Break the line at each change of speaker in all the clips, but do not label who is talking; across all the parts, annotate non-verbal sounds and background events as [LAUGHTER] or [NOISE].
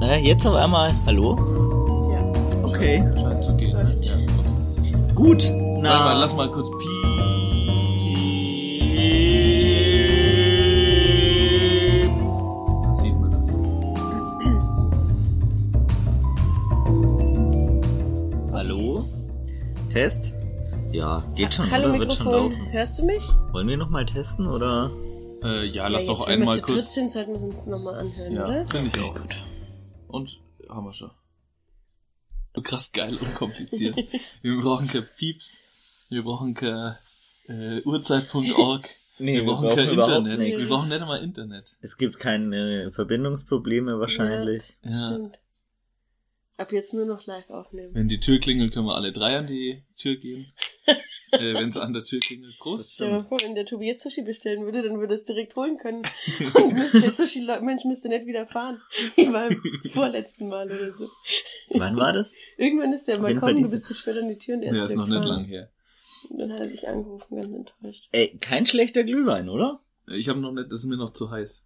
Hä, jetzt auf einmal. Hallo?
Ja.
Okay.
Scheint zu gehen. Ne? Ja.
Gut. Na.
Warte mal, lass mal kurz piep. Da sieht man das.
Hallo? Test? Ja, geht schon,
Hallo
oder? Wird schon
Mikrofon,
laufen.
hörst du mich?
Wollen wir nochmal testen, oder?
Äh, ja, lass
ja,
doch
jetzt, wenn wir
einmal
zu dritt
kurz.
sind, sollten wir es uns nochmal anhören,
Ja,
oder?
finde ich auch. Und haben wir schon. So krass geil und kompliziert.
[LAUGHS]
wir brauchen kein Pieps, wir brauchen kein äh, Uhrzeit.org,
Nee,
wir brauchen kein Internet,
nichts.
wir brauchen nicht einmal Internet.
Es gibt keine äh, Verbindungsprobleme wahrscheinlich.
Ja.
Stimmt. Ab jetzt nur noch live aufnehmen.
Wenn die Tür klingelt, können wir alle drei an die Tür gehen. äh, Wenn es an der Tür klingelt, Prost.
Stell dir mal vor, wenn der Tobi jetzt Sushi bestellen würde, dann würde er es direkt holen können. [LAUGHS] Und müsste der Sushi-Mensch müsste nicht wieder fahren. [LAUGHS] Wie beim vorletzten Mal oder so.
Wann war das?
Irgendwann ist der
Auf
mal
jeden Fall
gekommen, du
diese-
bist zu spät an die Tür und er
Ja,
ist,
ist noch nicht
weggefahren.
lang her.
Und dann hat er dich angerufen, ganz enttäuscht.
[LAUGHS] Ey, kein schlechter Glühwein, oder?
Ich habe noch nicht, das ist mir noch zu heiß.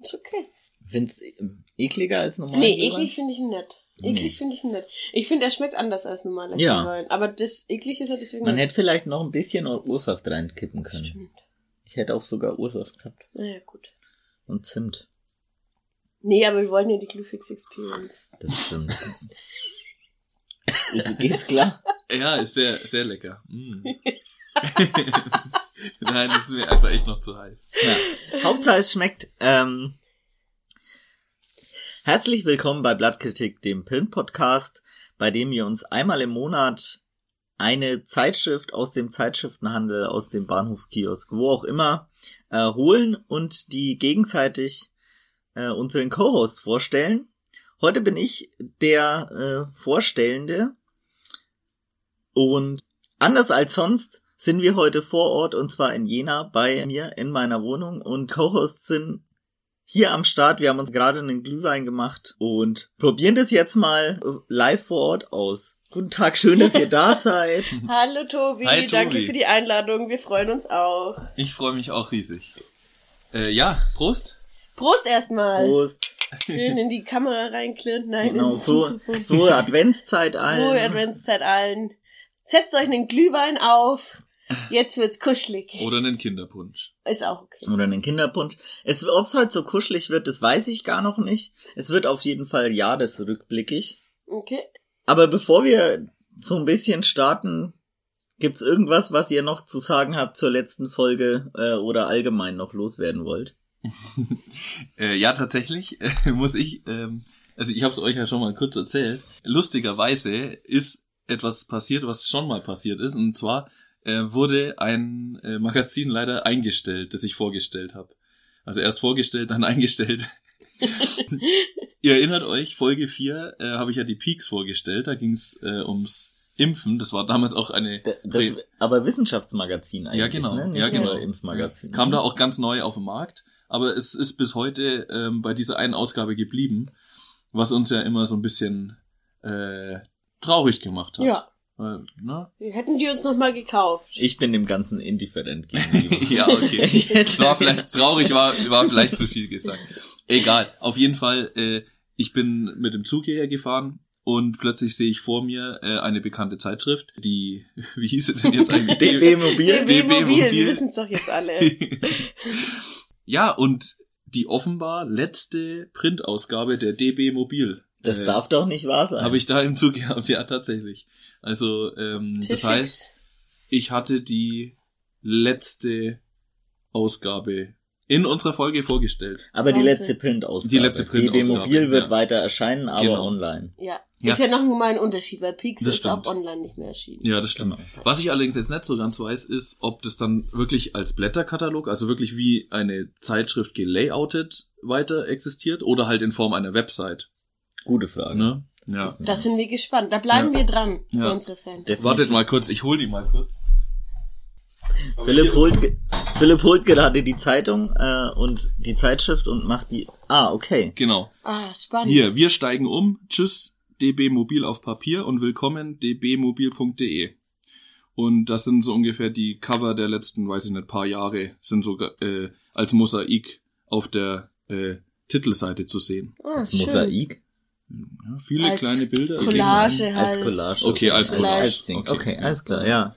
Ist okay.
Find's ähm, ekliger als normal?
Nee, eklig finde ich ihn nett. Eklig
Nee.
finde ich ihn nett. Ich finde, er schmeckt anders als normaler
Ja.
Glühwein. Aber das eklig ist ja deswegen.
Man hätte vielleicht noch ein bisschen Ursaft reinkippen können.
Stimmt.
Ich hätte auch sogar Ursaft gehabt.
Naja, gut.
Und Zimt.
Nee, aber wir wollen ja die
[LAUGHS]
Glühfix Experience.
Das
[LAUGHS]
stimmt. Ist, geht's klar?
Ja, ist sehr, sehr lecker. Mm. [LAUGHS] Nein, das ist mir einfach echt noch zu heiß.
Ja. Hauptsache es schmeckt. Ähm, herzlich willkommen bei Blattkritik, dem Film-Podcast, bei dem wir uns einmal im Monat eine Zeitschrift aus dem Zeitschriftenhandel, aus dem Bahnhofskiosk, wo auch immer, äh, holen und die gegenseitig äh, unseren Co-Hosts vorstellen. Heute bin ich der äh, Vorstellende und Anders als sonst sind wir heute vor Ort und zwar in Jena bei mir in meiner Wohnung und Co-Hosts sind hier am Start. Wir haben uns gerade einen Glühwein gemacht und probieren das jetzt mal äh, live vor Ort aus. Guten Tag, schön, dass ihr da seid.
Hallo Tobi,
Hi, Tobi.
danke für die Einladung. Wir freuen uns auch.
Ich freue mich auch riesig. Äh, ja, Prost.
Prost erstmal.
Prost.
Schön in die Kamera reinklirren. Nein,
Genau,
ins
so,
Mikrofon.
so Adventszeit
Frohe
allen.
Adventszeit allen. Setzt euch einen Glühwein auf. Jetzt wird's kuschelig.
Oder einen Kinderpunsch.
Ist auch okay.
Oder einen Kinderpunsch. Es, ob es heute so kuschelig wird, das weiß ich gar noch nicht. Es wird auf jeden Fall jahresrückblickig.
Okay.
Aber bevor wir so ein bisschen starten, gibt's irgendwas, was ihr noch zu sagen habt zur letzten Folge äh, oder allgemein noch loswerden wollt?
Äh, ja, tatsächlich [LAUGHS] äh, muss ich, ähm, also ich habe es euch ja schon mal kurz erzählt. Lustigerweise ist etwas passiert, was schon mal passiert ist. Und zwar äh, wurde ein äh, Magazin leider eingestellt, das ich vorgestellt habe. Also erst vorgestellt, dann [LAUGHS] eingestellt. Ihr erinnert euch, Folge 4 äh, habe ich ja die Peaks vorgestellt. Da ging es äh, ums Impfen. Das war damals auch eine...
D- Das,
Pre-
aber Wissenschaftsmagazin eigentlich,
Ja, genau.
ne? Nicht
ja, genau.
nur Impfmagazin. ne?
Kam da auch ganz neu auf den Markt, aber es ist bis heute ähm, bei dieser einen Ausgabe geblieben, was uns ja immer so ein bisschen äh, traurig gemacht hat.
Ja.
Weil,
[LAUGHS]
ne?
Wir hätten die uns nochmal gekauft.
Ich bin dem Ganzen indifferent gegenüber.
[LAUGHS]
[LAUGHS]
ja, okay.
Ich hätte-
Es
[LAUGHS]
war vielleicht traurig, war, war vielleicht zu viel gesagt. Egal. Auf jeden Fall, äh, ich bin mit dem Zug hierher gefahren und plötzlich sehe ich vor mir äh, eine bekannte Zeitschrift, die, [LAUGHS] wie hieß sie denn
[LAUGHS]
jetzt eigentlich?
DB Mobil.
DB
DB
Mobil, wir
Mobil.
wissen es doch jetzt alle.
[LAUGHS] ja, und die offenbar letzte Printausgabe der DB Mobil.
Das
äh,
darf doch nicht wahr sein.
Habe ich da im Zug gehabt, ja, tatsächlich. Also, ähm, [LAUGHS] das
Tiffix.
heißt, ich hatte die letzte Ausgabe in unserer Folge vorgestellt.
aber die
Wahnsinn.
letzte Printausgabe.
Die letzte
DB
Printausgabe,
Mobil wird
ja.
weiter erscheinen, aber
Genau.
online.
Ja.
Ja.
Ist ja noch mal ein Unterschied, weil Peaks
Das
ist
stimmt.
auch online nicht mehr erschienen.
Ja, das stimmt. Was ich allerdings jetzt nicht so ganz weiß, ist, ob das dann wirklich als Blätterkatalog, also wirklich wie eine Zeitschrift gelayoutet weiter existiert oder halt in Form einer Website.
Gute Frage.
Ne? Ja.
Da sind wir gespannt. Da bleiben
Ja.
wir dran für
Ja.
unsere Fans.
Definitiv.
Wartet mal kurz, ich hol die mal kurz.
Philipp holt, ge- Philipp holt gerade die Zeitung äh, und die Zeitschrift und macht die. Ah, okay.
Genau.
Ah, spannend.
Hier, wir steigen um. Tschüss, DB Mobil auf Papier und willkommen dbmobil.de. E. Und das sind so ungefähr die Cover der letzten, weiß ich nicht, paar Jahre, sind so äh, als Mosaik auf der äh, Titelseite zu sehen.
Oh,
Als
schön.
Mosaik?
Ja, viele
Als
kleine Bilder.
Collage halt.
Als Collage.
Okay, als
Collage.
Collage.
Als Ding. Okay,
Okay, ja.
alles klar, ja.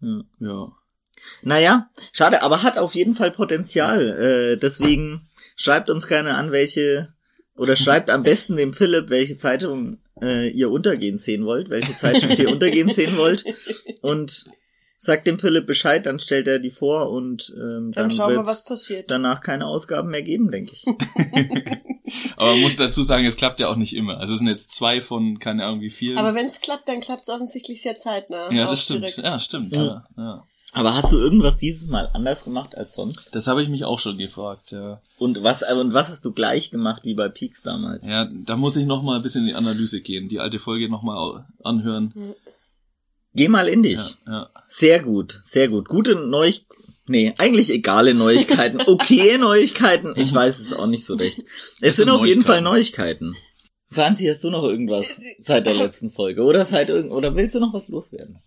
ja.
Ja.
Naja, schade, aber hat auf jeden Fall Potenzial. Äh, deswegen schreibt uns gerne an, welche oder schreibt am besten dem Philipp, welche Zeitung äh, ihr untergehen sehen wollt, welche Zeitschrift ihr untergehen sehen wollt und sagt dem Philipp Bescheid, dann stellt er die vor und ähm,
Dann,
dann,
schauen wir,
wird's
was passiert.
danach keine Ausgaben mehr geben, denke ich.
Aber man muss dazu sagen, es klappt ja auch nicht immer. Also es sind jetzt zwei von, keine Ahnung wie vielen.
Aber wenn es klappt, dann klappt es offensichtlich sehr zeitnah.
ja,
Auch
das stimmt.
direkt.
Ja, stimmt.
Ja.
Ja, ja.
Aber hast du irgendwas dieses Mal anders gemacht als sonst?
Das habe ich mich auch schon gefragt, ja.
Und was äh, und was hast du gleich gemacht wie bei Peaks damals?
Ja, da muss ich nochmal ein bisschen in die Analyse gehen, die alte Folge nochmal anhören.
Geh mal in dich.
Ja, ja.
Sehr gut, sehr gut. Gute Neuigkeiten. Nee, eigentlich egale
[LAUGHS]
Neuigkeiten. Okay Neuigkeiten. Ich weiß es auch nicht so recht. Es sind
sind
auf jeden Fall
Neuigkeiten.
Neuigkeiten. Franzi, hast du noch irgendwas seit der letzten Folge? Oder seit irgend oder willst du noch was loswerden?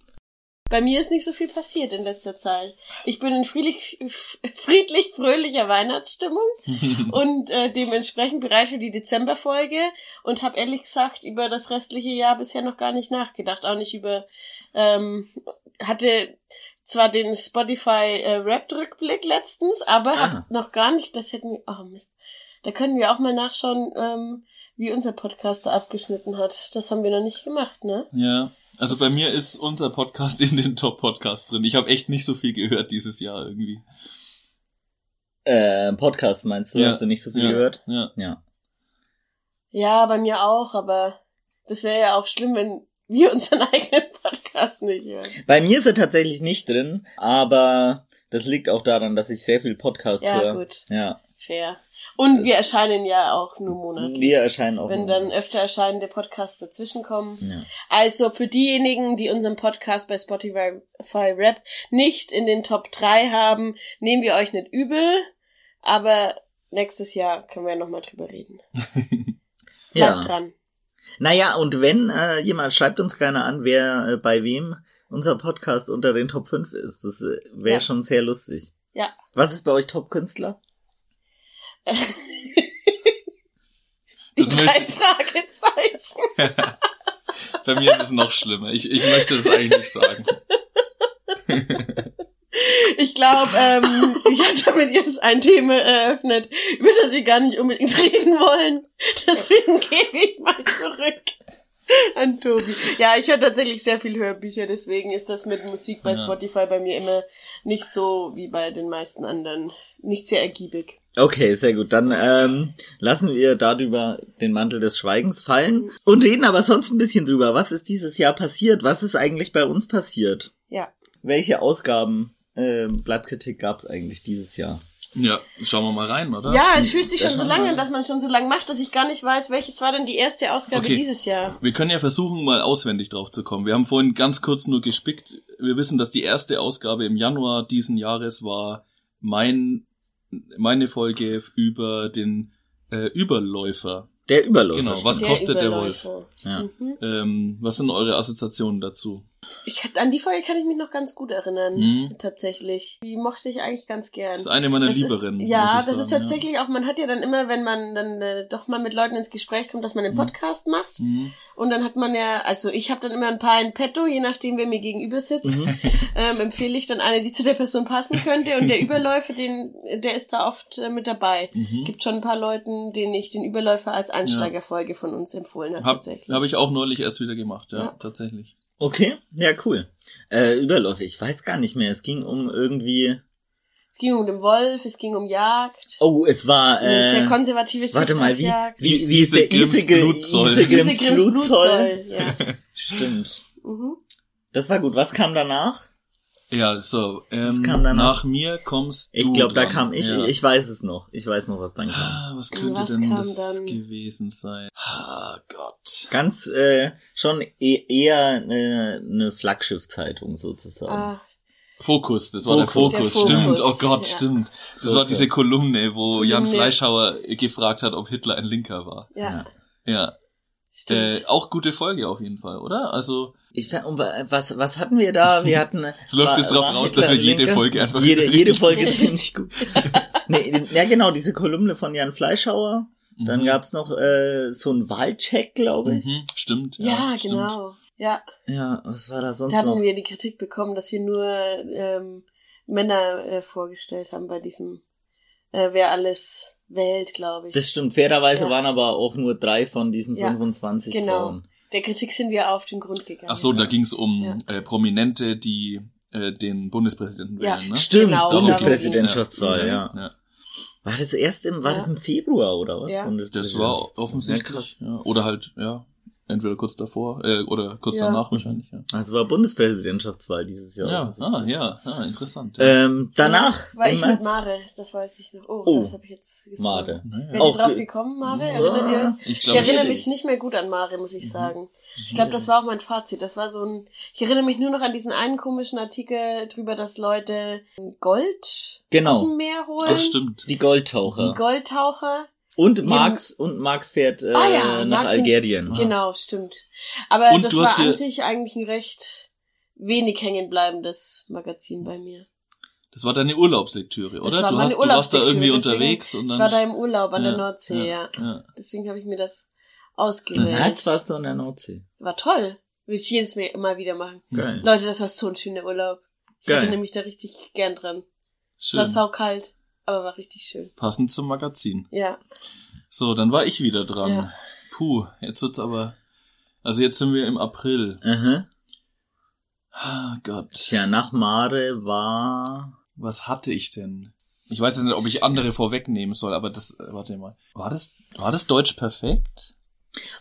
Bei mir ist nicht so viel passiert in letzter Zeit. Ich bin in friedlich, [LAUGHS] friedlich fröhlicher Weihnachtsstimmung und äh, dementsprechend bereit für die Dezemberfolge und habe ehrlich gesagt über das restliche Jahr bisher noch gar nicht nachgedacht. Auch nicht über, ähm, hatte zwar den Spotify äh, Rap-Rückblick letztens, aber
Ah.
hab noch gar nicht, das hätten wir, oh Mist, da können wir auch mal nachschauen, ähm, wie unser Podcast da abgeschnitten hat. Das haben wir noch nicht gemacht, ne?
ja. Also bei mir ist unser Podcast [LAUGHS] in den Top-Podcasts drin. Ich habe echt nicht so viel gehört dieses Jahr irgendwie.
Äh, Podcast meinst du?
Ja,
Hast du nicht so viel
Ja,
gehört?
ja.
Ja.
Ja, bei mir auch, aber das wäre ja auch schlimm, wenn wir [LAUGHS] unseren eigenen Podcast nicht hören.
Bei mir ist er tatsächlich nicht drin, aber das liegt auch daran, dass ich sehr viel Podcasts
Ja,
höre.
gut.
Ja.
Fair. Und
Das-
wir erscheinen ja auch nur monatlich.
Wir erscheinen auch.
ne? wenn
nur-
dann öfter erscheinende Podcasts dazwischenkommen.
Ja.
Also für diejenigen, die unseren Podcast bei Spotify Rap nicht in den Top 3 haben, nehmen wir euch nicht übel, aber nächstes Jahr können wir nochmal drüber reden. Bleibt
ja.
dran.
Naja, und wenn äh, jemand, schreibt uns gerne an, wer äh, bei wem unser Podcast unter den Top 5 ist. Das äh, wäre
Ja.
schon sehr lustig.
Ja.
Was ist bei euch Top-Künstler?
Die
Also
Das
drei [LAUGHS]
möchte-
Fragezeichen.
Bei mir ist es noch schlimmer. Ich, ich möchte das eigentlich nicht sagen.
Ich glaube,
[LAUGHS]
ähm, ich habe damit jetzt ein Thema eröffnet, über das wir gar nicht unbedingt [LAUGHS] reden wollen. Deswegen gebe ich mal zurück an Tobi. Ja, ich höre tatsächlich sehr viel Hörbücher, deswegen ist das mit Musik bei
Ja.
Spotify bei mir immer nicht so wie bei den meisten anderen. Nicht sehr ergiebig.
Okay, sehr gut. Dann ähm, lassen wir darüber den Mantel des Schweigens
Mhm.
fallen und reden aber sonst ein bisschen drüber. Was ist dieses Jahr passiert? Was ist eigentlich bei uns passiert?
Ja.
Welche Ausgaben ähm, Blattkritik gab es eigentlich dieses Jahr?
Ja, schauen wir mal rein, oder?
Ja, es fühlt sich schon
Das
so
machen
lange
wir.
an, dass man schon so lange macht, dass ich gar nicht weiß, welches war denn die erste Ausgabe
Okay.
dieses Jahr.
Wir können ja versuchen, mal auswendig drauf zu kommen. Wir haben vorhin ganz kurz nur gespickt. Wir wissen, dass die erste Ausgabe im Januar diesen Jahres war mein, meine Folge über den äh, Überläufer.
Der Überläufer.
Genau, was-
stimmt.
kostet der Wolf?
Überläufer.
Ja.
Mhm.
Ähm, was sind eure Assoziationen dazu?
Ich, an die Folge kann ich mich noch ganz gut erinnern,
Mhm.
tatsächlich. Die mochte ich eigentlich ganz gern.
Das ist eine meiner
Das ist-
Lieberen.
ja,
muss ich
das ist
sagen,
tatsächlich auch, man hat ja dann immer, wenn man dann äh, doch mal mit Leuten ins Gespräch kommt, dass man einen
Mhm.
Podcast macht.
Ja. Mhm.
Und dann hat man ja, also ich habe dann immer ein paar in petto, je nachdem, wer mir gegenüber sitzt,
Mhm.
[LAUGHS] ähm, empfehle ich dann eine, die zu der Person passen könnte. Und
[LAUGHS]
der Überläufer, den, der ist da oft äh, mit dabei.
Mhm.
Gibt schon ein paar Leuten, denen ich den Überläufer als Einsteigerfolge von uns empfohlen habe,
Habe
tatsächlich.
hab ich auch neulich erst wieder gemacht, ja,
Ja.
tatsächlich.
Okay, ja, cool. Äh, Überläufer, ich weiß gar nicht mehr. Es ging um irgendwie.
es ging um den Wolf, es ging um Jagd.
Oh, es war.
Eine
Äh,
sehr konservatives
Warte mal, wie,
Jagd.
wie, wie ist der
Isegrims
Isegrim-
Blutzoll.
Isegrims Blutzoll? [LAUGHS]
Ja.
Stimmt.
Mhm.
Das war gut. Was kam danach?
Ja, so, ähm,
kam danach.
nach mir kommst du
Ich glaube, da
dran.
kam ich.
Ja.
Ich weiß es noch. Ich weiß noch, was dann kam.
Ah, Was könnte
Was
denn
kam
das
dann?
gewesen sein? Ah, Gott.
Ganz äh, schon e eher eine ne, Flaggschiff-Zeitung sozusagen.
Ah,
Fokus, das war der
Fokus.
Fokus,
Der
stimmt,
Fokus,
oh Gott,
ja.
stimmt. Das
Fokus.
war diese Kolumne, wo Jan
Kolumne.
Fleischhauer gefragt hat, ob Hitler ein Linker war.
ja,
Ja.
Ja,
stimmt.
äh, auch gute Folge auf jeden Fall, oder? Also,
Ich ver- und wa- was was hatten wir
[LAUGHS]
da? Wir hatten
es läuft
war-
jetzt drauf
war
raus,
Hitler
dass wir jede
Linke?
Folge einfach [LAUGHS]
jede jede
richtig-
Folge ziemlich gut. nee, ja, genau, diese Kolumne von Jan Fleischhauer. Dann
Mhm.
gab's noch äh, so einen Wahlcheck, glaube ich.
Mhm, stimmt.
Ja,
stimmt.
genau. Ja,
Ja, was war da sonst
da hatten
noch?
wir die Kritik bekommen, dass wir nur ähm, Männer äh, vorgestellt haben bei diesem äh, Wer alles wählt, glaube ich.
Das stimmt, fairerweise
Ja.
waren aber auch nur drei von diesen
Ja,
25
genau.
Frauen.
Der Kritik sind wir auf den Grund gegangen.
Ach so, da ging's um
genau. Ja.
äh, Prominente, die äh, den Bundespräsidenten
Ja.
wählen, ne?
Stimmt,
Genau,
Darum ging's.
Bundespräsidentschaftswahl, ja.
ja.
War das erst im, war
Ja.
das im Februar oder was?
Ja.
Das
Bundespräsidentschaftswahl?
war offensichtlich. Ja, Oder halt, ja, entweder kurz davor äh, oder kurz
Ja.
danach wahrscheinlich. Ja,
Also war Bundespräsidentschaftswahl dieses Jahr.
ja, ah,
offensichtlich.
ja, ah, interessant. Ja.
Ähm, danach.
War
im
ich mit
März-
Mare, das weiß ich noch. Oh,
Oh.
das habe ich jetzt
Made.
gespoilert.
Naja.
Wäre
Auch
ihr drauf
ge-
gekommen, Mare?
Ja.
Anstatt ihr?
Ah.
ich
Ich
glaube,
erinnere
nicht.
mich nicht mehr gut an Mare, muss
Mhm.
ich sagen. Ich glaube, das war auch mein Fazit. Das war so ein. Ich erinnere mich nur noch an diesen einen komischen Artikel drüber, dass Leute Gold
Genau.
aus dem Meer holen.
Ach, stimmt.
Die
Die
Goldtaucher.
Goldtaucher.
und Marx, und Marx fährt äh,
ah ja,
nach
Marx in-
Algerien.
Genau, stimmt. Aber
Und
das
du hast
war an
dir-
sich eigentlich ein recht wenig hängenbleibendes Magazin bei mir.
Das war deine Urlaubslektüre, oder?
Das war
du,
meine
hast, du warst da
Urlaubslektüre,
irgendwie
deswegen-
unterwegs und dann.
ich war da im Urlaub an der
Ja,
Nordsee, ja.
ja.
Deswegen habe ich mir das
Mhm.
ausgewählt.
März warst du an der Nordsee.
War toll. Will ich jedes Mal wieder machen.
Geil.
Leute, das war so ein schöner Urlaub. Ich
Geil.
erinnere mich da richtig gern dran. Es war
Schön.
saukalt, aber war richtig schön.
Passend zum Magazin.
Ja.
So, dann war ich wieder dran.
Ja.
Puh, jetzt wird's aber. Also jetzt sind wir im April.
Aha.
Ah, Gott.
Tja, nach Mare war.
Was hatte ich denn? Ich weiß jetzt nicht, ob ich andere vorwegnehmen soll, aber das, äh, warte mal. War das, war das Deutsch perfekt?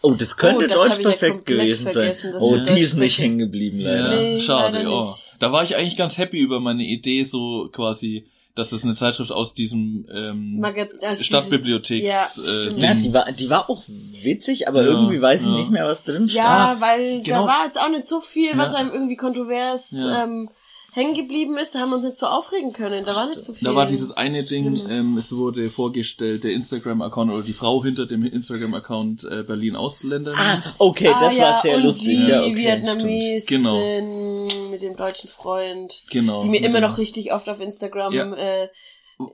Oh, das könnte
Oh, das
Deutsch
hab ich ja
perfekt
komplett
gewesen sein.
vergessen, dass
Oh,
wir
die
Deutsch
ist nicht
perfekt-
hängen geblieben, leider.
Nee.
schade,
leider
ja.
nicht.
Da war ich eigentlich ganz happy über meine Idee, so quasi, dass es eine Zeitschrift aus diesem, ähm,
Magaz- also
Stadtbibliotheks,
Ja,
äh,
stimmt.
Ja,
Ding.
die war, die war auch witzig, aber
Ja,
irgendwie weiß ich
ja.
nicht mehr, was drin
diese- Ja,
stand.
weil
genau.
da war jetzt auch nicht so viel, was
Ja.
einem irgendwie kontrovers
Ja.
ähm, hängen geblieben ist. Da haben wir uns nicht so aufregen können. Da war nicht so viel.
Da war dieses eine Ding,
Schlimmes.
ähm, es wurde vorgestellt, der Instagram-Account oder die Frau hinter dem Instagram-Account äh, Berlin Ausländer.
Ah, okay,
ah,
das
ja,
war sehr
und
lustig.
Die
ja, okay,
Vietnamesin
stimmt.
mit dem deutschen Freund,
Genau.
die mir immer
Genau.
noch richtig oft auf Instagram
Ja.
äh,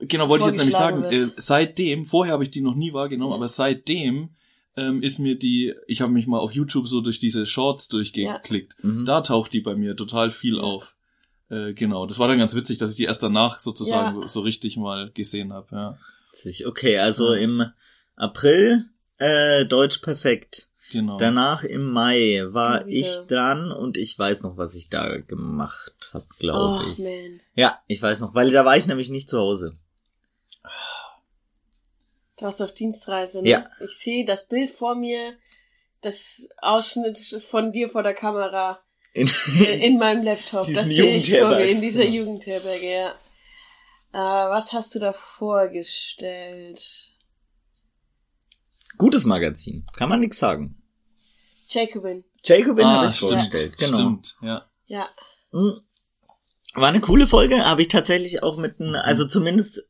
Genau, wollte ich jetzt nämlich sagen,
vorgeschlagen
äh, seitdem, vorher habe ich die noch nie wahrgenommen, aber seitdem ähm, ist mir die, ich habe mich mal auf YouTube so durch diese Shorts durchgeklickt.
stimmt. Mhm.
Da taucht die bei mir total viel auf. Äh, genau, das war dann ganz witzig, dass ich die erst danach sozusagen so richtig mal gesehen habe. Ja,
Witzig. Okay, also
Ja.
im April äh, Deutsch perfekt.
genau.
Danach im Mai war
Immer
ich
wieder.
dran und ich weiß noch, was ich da gemacht habe,
Oh
glaube ich.
man.
Ja, ich weiß noch, weil da war ich nämlich nicht zu Hause.
Du warst auf Dienstreise, ne?
Ja.
Ich sehe das Bild vor mir, das Ausschnitt von dir vor der Kamera
In, [LAUGHS]
äh, in meinem Laptop.
Diesem
Das sehe ich vor mir
Jugendherbergs-
in dieser Jugendherberge, ja. Äh, was hast du da vorgestellt?
Gutes Magazin, kann man nix sagen.
Jacobin,
Jacobin habe ich
Ah, stimmt,
vorgestellt, genau.
Stimmt, ja.
ja.
Mhm. War eine coole Folge, habe ich tatsächlich auch mit, n- also zumindest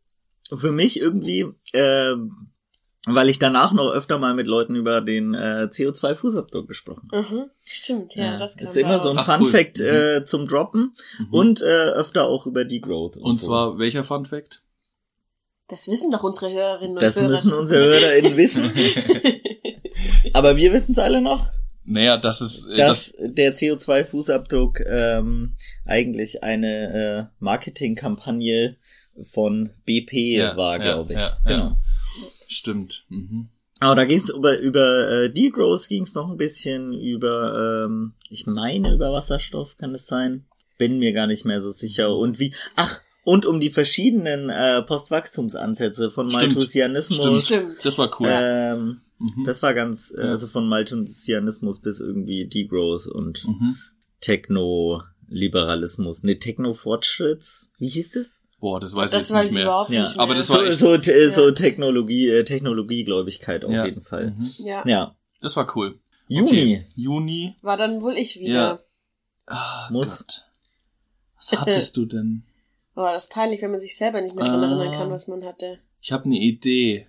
für mich irgendwie, äh, weil ich danach noch öfter mal mit Leuten über den äh, CO2-Fußabdruck gesprochen habe.
Mhm. Stimmt, ja, das kann
ist immer so ein
auch. Ach, cool.
Fun-Fact äh, zum Droppen
Mhm.
und äh, öfter auch über die Growth.
Und
so.
zwar, welcher Fun Fact?
Das wissen doch unsere Hörerinnen und
das
Hörer.
müssen unsere HörerInnen wissen, aber wir wissen es alle noch.
Naja, das ist, äh, das,
dass der CO2-Fußabdruck ähm, eigentlich eine äh, Marketingkampagne von BP
Ja,
war,
ja,
glaube ich.
ja, ja.
genau.
stimmt. Mhm.
Aber da ging es über, über äh, Degrowth ging es noch ein bisschen, über, ähm, ich meine, über Wasserstoff kann es sein. Bin mir gar nicht mehr so
Mhm.
sicher. Und wie, ach, und um die verschiedenen äh, Postwachstumsansätze von
Stimmt.
Malthusianismus.
Stimmt.
Das war cool.
Ähm,
mhm.
Das war ganz, äh,
Ja.
also von Malthusianismus bis irgendwie Degrowth und
mhm.
Techno-Liberalismus. Ne, Techno-Fortschritts. Wie hieß das?
Boah, das weiß ich
das
jetzt
weiß
nicht
ich
mehr.
überhaupt
Ja.
nicht mehr.
Aber das war
So,
echt-
so, te-
Ja.
so Technologie, äh, Technologiegläubigkeit auf
Ja.
jeden Fall.
Mhm.
ja.
Ja.
Das war cool.
Juni.
Okay. Juni.
war dann wohl ich wieder.
Ja. Ah,
Muss.
Gott. Was hattest du denn?
Boah, das ist peinlich, wenn man sich selber nicht mehr daran
Ah.
erinnern kann, was man hatte.
Ich habe eine Idee.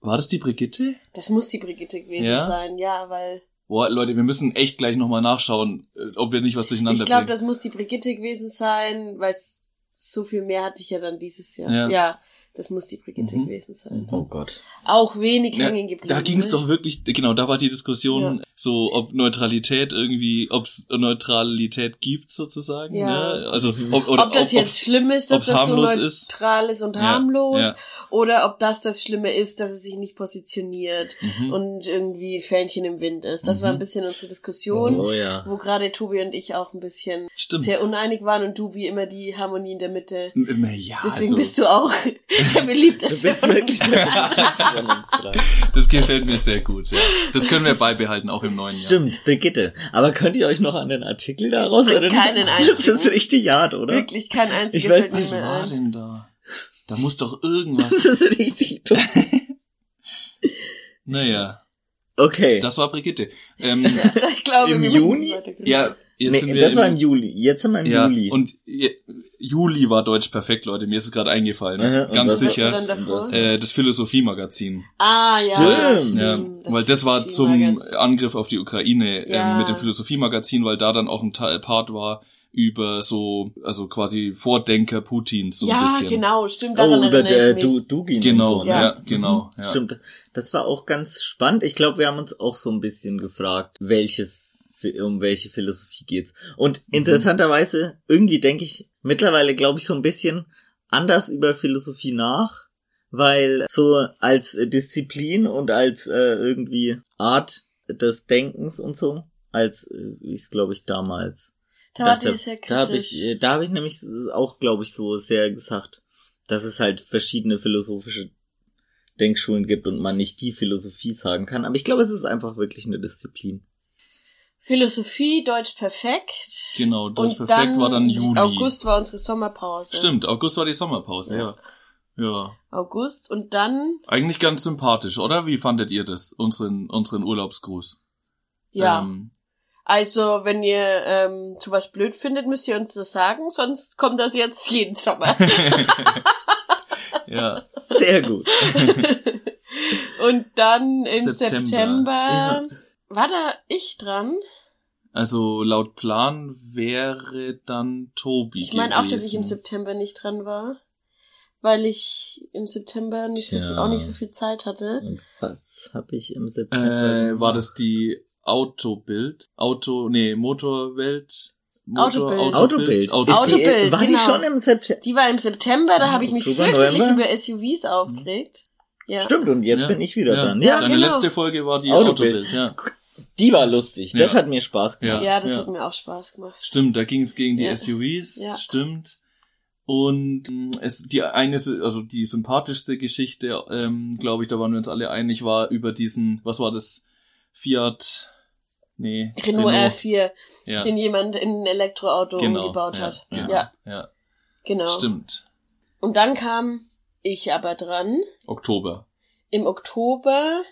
War das die Brigitte?
Das muss die Brigitte gewesen
Ja?
sein, ja, weil
Boah, Leute, wir müssen echt gleich nochmal nachschauen, äh, ob wir nicht was durcheinander
ich glaube,
bringen.
das muss die Brigitte gewesen sein, weil es so viel mehr hatte ich ja dann dieses Jahr.
Ja.
Ja, das muss die Brigitte
Mhm.
gewesen sein.
Oh Gott.
Auch wenig
Ja,
hängen geblieben.
Da ging es
ne?
doch wirklich, genau, da war die Diskussion so, ob Neutralität irgendwie, ob es Neutralität gibt sozusagen.
Ja.
Ne? Also ob, oder,
ob das
ob-
jetzt schlimm ist, dass
ob's
das so
harmlos ist.
neutral ist und
Ja,
harmlos,
ja.
oder ob das das Schlimme ist, dass es sich nicht positioniert
Mhm.
und irgendwie Fähnchen im Wind ist. Das
Mhm.
war ein bisschen unsere Diskussion,
Oh ja.
wo gerade Tobi und ich auch ein bisschen
Stimmt.
sehr uneinig waren und du wie immer die Harmonie in der Mitte.
N- naja,
Deswegen
also,
bist du auch [LAUGHS]
[LAUGHS]
der
Du
beliebteste.
bist
von uns.
wirklich der Beliebteste von uns
[LAUGHS]
drei.
das gefällt mir sehr gut. Ja. Das können wir beibehalten, auch im neuen Jahr.
Stimmt, Brigitte. Aber könnt ihr euch noch an den Artikel daraus erinnern? [LAUGHS]
Keinen
Das ist
einzigen.
richtig hart, oder?
Wirklich kein einziger
Ich weiß
fällt mir
Was
mehr
war [LAUGHS]
ein.
denn da? Da muss doch
Das
irgendwas.
ist richtig dumm.
[LAUGHS] Naja,
Okay.
das war Brigitte. Ähm,
Ich glaube,
Im
wir müssen
Juni?
weitergehen.
ja, jetzt sind
nee,
wir
das war
im
im Juli. Jetzt sind wir im
ja,
Juli.
Und je- Juli war Deutsch perfekt, Leute. Mir ist es gerade eingefallen.
Aha, und
Ganz
was
hast du
sicher.
dann davor?
Und was-
Äh, das Philosophie-Magazin.
Ah, ja.
Stimmt.
Ja, weil das war zum Angriff auf die Ukraine
Ja.
ähm, mit dem Philosophie-Magazin, weil da dann auch ein Teil- Part war über so, also quasi Vordenker Putins so ein
ja,
bisschen. ne?
genau, stimmt. Daran
oh, über
erinnere
der
ich mich.
du, Dugin.
Genau,
und so, ne?
ja,
Ja.
genau. Ja.
Stimmt. Das war auch ganz spannend. Ich glaube, wir haben uns auch so ein bisschen gefragt, welche Phi- um welche Philosophie geht's. Und
Mhm.
interessanterweise, irgendwie denke ich mittlerweile, glaube ich, so ein bisschen anders über Philosophie nach, weil so als äh, Disziplin und als äh, irgendwie Art des Denkens und so, als äh, wie ich glaube ich damals
Da war die
dachte,
sehr kritisch.
da habe ich, äh, da habe ich nämlich auch, glaube ich, so sehr gesagt, dass es halt verschiedene philosophische Denkschulen gibt und man nicht die Philosophie sagen kann. Aber ich glaube, es ist einfach wirklich eine Disziplin.
Philosophie, Deutsch perfekt.
Genau, Deutsch perfekt war dann Juli.
August war unsere Sommerpause.
Stimmt, August war die Sommerpause. Ja. ja.
August und dann,
Eigentlich ganz sympathisch, oder? Wie fandet ihr das? Unseren, unseren Urlaubsgruß.
ja.
Ähm,
Also, wenn ihr ähm, zu was blöd findet, müsst ihr uns das sagen, sonst kommt das jetzt [LAUGHS] jeden
[LAUGHS]
Sommer.
ja.
Sehr
[LAUGHS]
gut.
und dann im
September.
September, war da ich dran.
Also laut Plan wäre dann Tobi.
Ich meine auch, dass ich im
gewesen.
September nicht dran war, weil ich im September nicht so viel,
Tja.
auch nicht so viel Zeit hatte.
Und was habe ich im September?
Äh, war das die Autobild? Auto, nee, Motorwelt?
Autobild.
Autobild.
Autobild.
Ist die-
Autobild,
War die
genau.
schon im September?
Die war im September, da habe ich mich
Oktober,
fürchterlich
November?
über SUVs
Mhm.
aufgeregt. Ja.
Stimmt, und jetzt
Ja.
bin ich wieder
ja.
dran. Ja,
Deine
genau.
letzte Folge war die Autobild,
Autobild.
ja.
die war lustig. Das
Ja.
hat mir Spaß gemacht.
Ja.
Ja, das
Ja.
hat mir auch Spaß gemacht.
Stimmt, da ging es gegen die
Ja.
SUVs,
Ja.
stimmt. Und mm, es, die eine, also die sympathischste Geschichte, ähm, glaube ich, da waren wir uns alle einig, war über diesen, was war das? Fiat, nee.
Renault, R4,
ja.
den jemand in ein Elektroauto
genau,
umgebaut hat.
Ja,
Ja,
ja, ja.
genau.
stimmt.
Und dann kam ich aber dran.
Oktober.
Im Oktober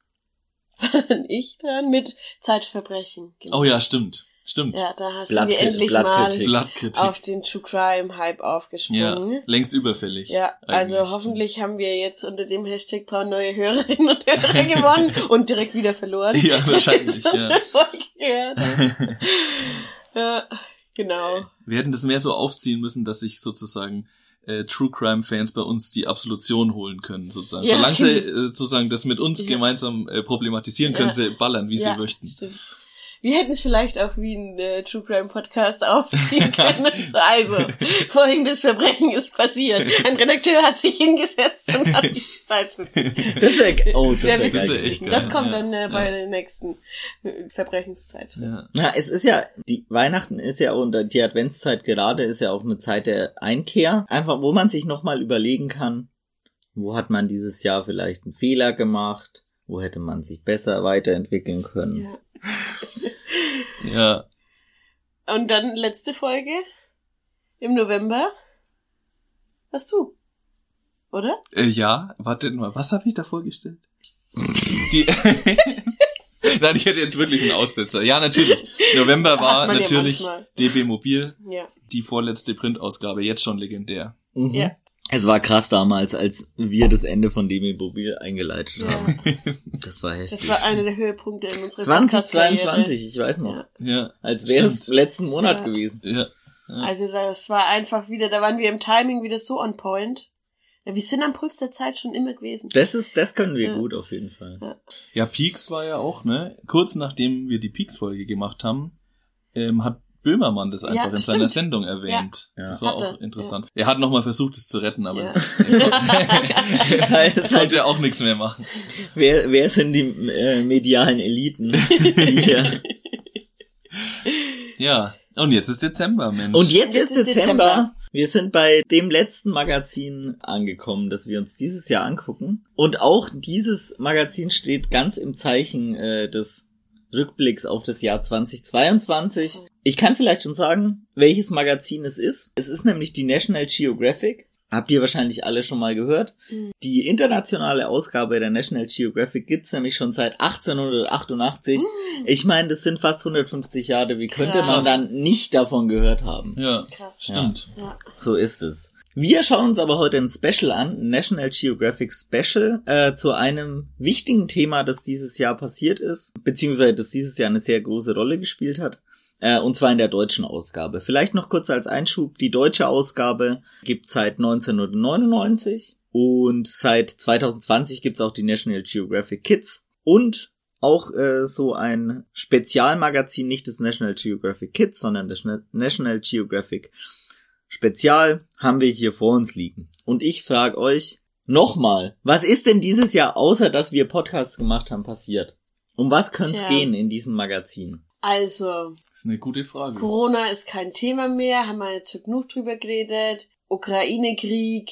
[LAUGHS] war dann ich dran mit Zeitverbrechen. Genau.
Oh ja, stimmt, stimmt.
Ja, da hast du
Blattkritik-
mir endlich mal
Blattkritik.
Blattkritik.
auf den True Crime Hype aufgesprungen.
Ja, längst überfällig.
Ja, also
Eigentlich.
hoffentlich haben wir jetzt unter dem Hashtag paar neue Hörerinnen und Hörer [LAUGHS] gewonnen und direkt wieder verloren.
Ja,
[LAUGHS]
wahrscheinlich,
Das ist
ja.
unsere Folge
[LAUGHS]
gehört. ja, genau.
Wir hätten das mehr so aufziehen müssen, dass sich sozusagen äh, True Crime Fans bei uns die Absolution holen können, sozusagen.
Ja.
Solange sie äh, sozusagen das mit uns
Ja.
gemeinsam äh, problematisieren, können
Ja.
sie ballern, wie
ja,
sie möchten.
stimmt. Wir hätten es vielleicht auch wie ein äh, True Crime Podcast [LAUGHS] aufziehen können. So, also, folgendes Verbrechen ist passiert. Ein Redakteur hat sich hingesetzt und hat
[LAUGHS]
die Zeitschrift.
Das ist ja, oh, das,
[LAUGHS] Das
wär
wäre
Das
geil.
witzig.
wär echt
gewesen.
geil.
Das kommt
Ja,
dann äh,
ja.
bei der nächsten äh, Verbrechenszeitschrift.
Ja.
Ja, es ist ja, die Weihnachten ist ja und die Adventszeit gerade ist ja auch eine Zeit der Einkehr. Einfach, wo man sich nochmal überlegen kann, wo hat man dieses Jahr vielleicht einen Fehler gemacht? Wo hätte man sich besser weiterentwickeln können?
Ja.
ja.
Und dann letzte Folge im November. Hast du? Oder?
Äh, ja, wartet mal, was habe ich da vorgestellt? Die [LAUGHS] Nein, ich hätte jetzt wirklich einen Aussetzer. Ja, natürlich.
[LAUGHS]
November
Hat
war
man ja
natürlich
manchmal.
DB Mobil,
Ja.
die vorletzte Printausgabe, jetzt schon legendär.
Mhm.
Ja.
Es war krass damals, als wir das Ende von Demi Mobil eingeleitet
Ja.
haben. Das war heftig.
Das war einer der Höhepunkte in unserer
2022, ich weiß noch.
Ja.
Ja,
Als wäre es
Stimmt.
letzten Monat
Ja.
gewesen.
Ja,
Also das war einfach wieder, da waren wir im Timing wieder so on point. Ja, wir sind am Puls der Zeit schon immer gewesen.
Das ist, das können wir
Ja.
gut auf jeden Fall.
Ja, Peaks war ja auch, ne? Kurz nachdem wir die Peaks-Folge gemacht haben, ähm, hat Böhmermann das einfach
Ja,
in
stimmt.
seiner Sendung erwähnt.
Ja.
Das war
Hat er,
auch interessant. Er hat nochmal versucht, es zu retten, aber
Ja.
das [LAUGHS]
[LAUGHS]
er
[LAUGHS]
Da ist halt,
konnte ja auch nichts mehr machen.
wer, wer sind die äh, medialen Eliten? Hier.
Ja. Und jetzt ist Dezember, Mensch.
Und jetzt,
Jetzt
ist
ist
Dezember.
Dezember.
Wir sind bei dem letzten Magazin angekommen, das wir uns dieses Jahr angucken. Und auch dieses Magazin steht ganz im Zeichen äh, des Rückblicks auf das Jahr 2022. Ich kann vielleicht schon sagen, welches Magazin es ist. Es ist nämlich die National Geographic. Habt ihr wahrscheinlich alle schon mal gehört.
Mhm.
Die internationale Ausgabe der National Geographic gibt's nämlich schon seit 1888.
Mhm.
Ich meine, das sind fast 150 Jahre. Wie könnte man
Krass.
dann nicht davon gehört haben?
Ja,
Krass.
stimmt.
Ja.
So ist es. Wir schauen uns aber heute ein Special an, ein National Geographic Special, äh, zu einem wichtigen Thema, das dieses Jahr passiert ist, beziehungsweise das dieses Jahr eine sehr große Rolle gespielt hat, äh, und zwar in der deutschen Ausgabe. Vielleicht noch kurz als Einschub, die deutsche Ausgabe gibt seit 1999 und seit 2020 gibt's auch die National Geographic Kids und auch äh, so ein Spezialmagazin, nicht das National Geographic Kids, sondern das Na- National Geographic Spezial haben wir hier vor uns liegen. Und ich frage euch nochmal, was ist denn dieses Jahr, außer dass wir Podcasts gemacht haben, passiert? Um was könnte es
Tja.
gehen in diesem Magazin?
Also,
Das ist eine gute Frage.
Corona ist kein Thema mehr, haben wir jetzt schon genug drüber geredet. Ukraine-Krieg,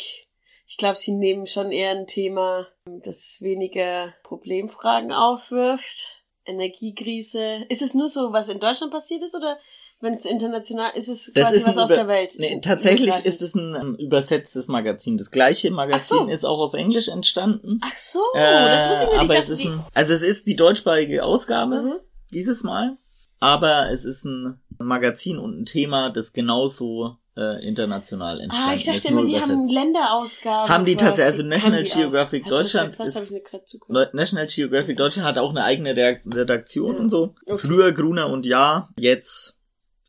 ich glaube, sie nehmen schon eher ein Thema, das weniger Problemfragen aufwirft. Energiekrise. Ist es nur so, was in Deutschland passiert ist oder wenn es international ist, es
Das
quasi
ist ein
was auf
Über-
der Welt?
Nee, tatsächlich ist es ein ähm, übersetztes Magazin. Das gleiche Magazin
Ach so.
ist auch auf Englisch entstanden.
Ach so,
Äh,
das wusste ich nicht.
aber
Ich
es
dachte,
ist
die-
ein, also es ist die deutschsprachige Ausgabe
Mhm.
dieses Mal, aber es ist ein Magazin und ein Thema, das genauso äh, international entstanden
Ah, ich dachte
ist.
immer,
nur
die haben
übersetzt.
Länderausgaben.
Haben die
quasi.
tatsächlich- also National
Haben die auch.
Geographic
Hast du das
Deutschland
gesagt?
ist-
Hab ich nicht grad zugehört.
Neu- Ne, National Geographic Deutschland hat auch eine eigene Reak- Redaktion
Ja.
und so.
Okay.
Früher Gruner und Ja, jetzt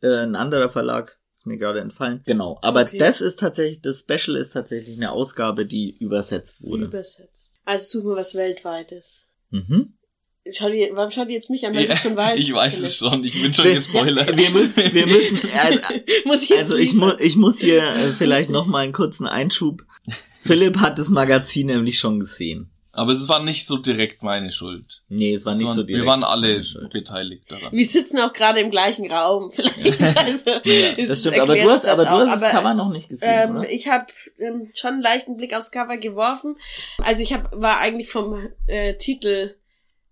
äh, ein anderer Verlag. Ist mir gerade entfallen. Genau. Aber
Okay.
das ist tatsächlich, das Special ist tatsächlich eine Ausgabe, die übersetzt wurde.
Übersetzt. Also suchen wir was Weltweites.
Mhm.
Schau dir, warum schaut ihr jetzt mich an, weil
Ja,
ich schon weiß?
ich weiß es schon, ich bin schon
Wir-
gespoilert.
Wir, mü wir müssen, also, [LAUGHS]
[LAUGHS] Muss ich jetzt
also ich, mu
liefern?
ich muss hier äh, vielleicht noch mal einen kurzen Einschub. Philipp hat das Magazin nämlich schon gesehen.
Aber es war nicht so direkt meine Schuld.
Nee, es war nicht so
Sondern
direkt.
Wir waren alle
meine Schuld.
beteiligt daran.
Wir sitzen auch gerade im gleichen Raum, [LAUGHS] vielleicht. Also, es
Das stimmt, aber du
erklärt
hast,
das
aber du
auch.
hast das
Aber,
Cover noch nicht gesehen,
Ähm,
oder?
ich habe ähm, schon einen leichten Blick aufs Cover geworfen. Also ich hab, war eigentlich vom äh, Titel,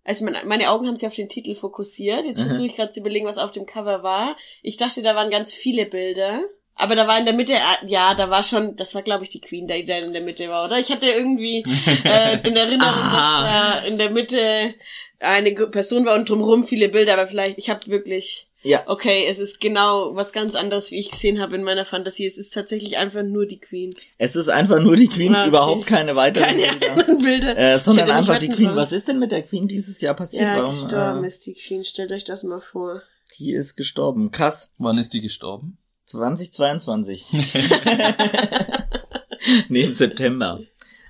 also mein, meine Augen haben sich auf den Titel fokussiert. Jetzt
Mhm.
versuche ich gerade zu überlegen, was auf dem Cover war. Ich dachte, da waren ganz viele Bilder. Aber da war in der Mitte, äh, ja, da war schon, das war glaube ich die Queen, die da in der Mitte war, oder? Ich hatte irgendwie
[LAUGHS]
äh, in Erinnerung,
Ah.
dass da in der Mitte eine G- Person war und drumherum viele Bilder, aber vielleicht, ich habe wirklich
Ja,
Okay, es ist genau was ganz anderes, wie ich gesehen habe in meiner Fantasie. Es ist tatsächlich einfach nur die Queen.
Es ist einfach nur die Queen,
Ah, okay.
überhaupt keine weiteren
Keine
Bilder.
anderen Bilder.
Äh, sondern
Ich hätte nicht
einfach die
wetten
Queen.
wollen.
Was ist denn mit der Queen dieses Jahr passiert?
Ja,
Warum?
gestorben
äh,
ist die Queen. Stellt euch das mal vor.
die ist gestorben. Krass.
Wann ist die gestorben?
[LAUGHS]
2022. [LAUGHS] nee, im September.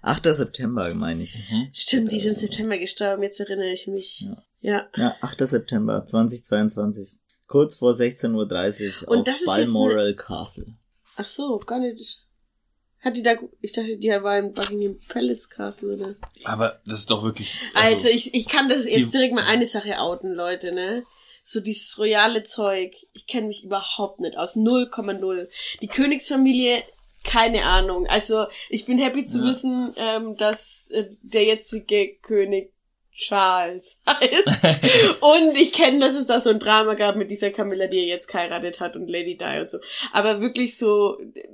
8. September, meine ich.
Stimmt, die ist im September gestorben. Jetzt erinnere ich mich.
äh, Ja.
Ja.
Ja, 8. September 2022. Kurz vor 16.30 Uhr
Und
auf
das ist jetzt
Balmoral Castle.
Ach so, gar nicht. Hat die da? Ich dachte, die war im Buckingham Palace Castle oder?
Aber das ist doch wirklich.
Also, ich, ich kann das
die-
jetzt direkt mal eine Sache outen, Leute, ne? So dieses royale Zeug. Ich kenne mich überhaupt nicht aus. 0,0. Die Königsfamilie, keine Ahnung. Also ich bin happy zu
Ja.
wissen, ähm, dass äh, der jetzige König Charles [LAUGHS] heißt. und ich kenne, dass es da so ein Drama gab mit dieser Camilla, die er jetzt geheiratet hat und Lady Di und so. Aber wirklich so äh,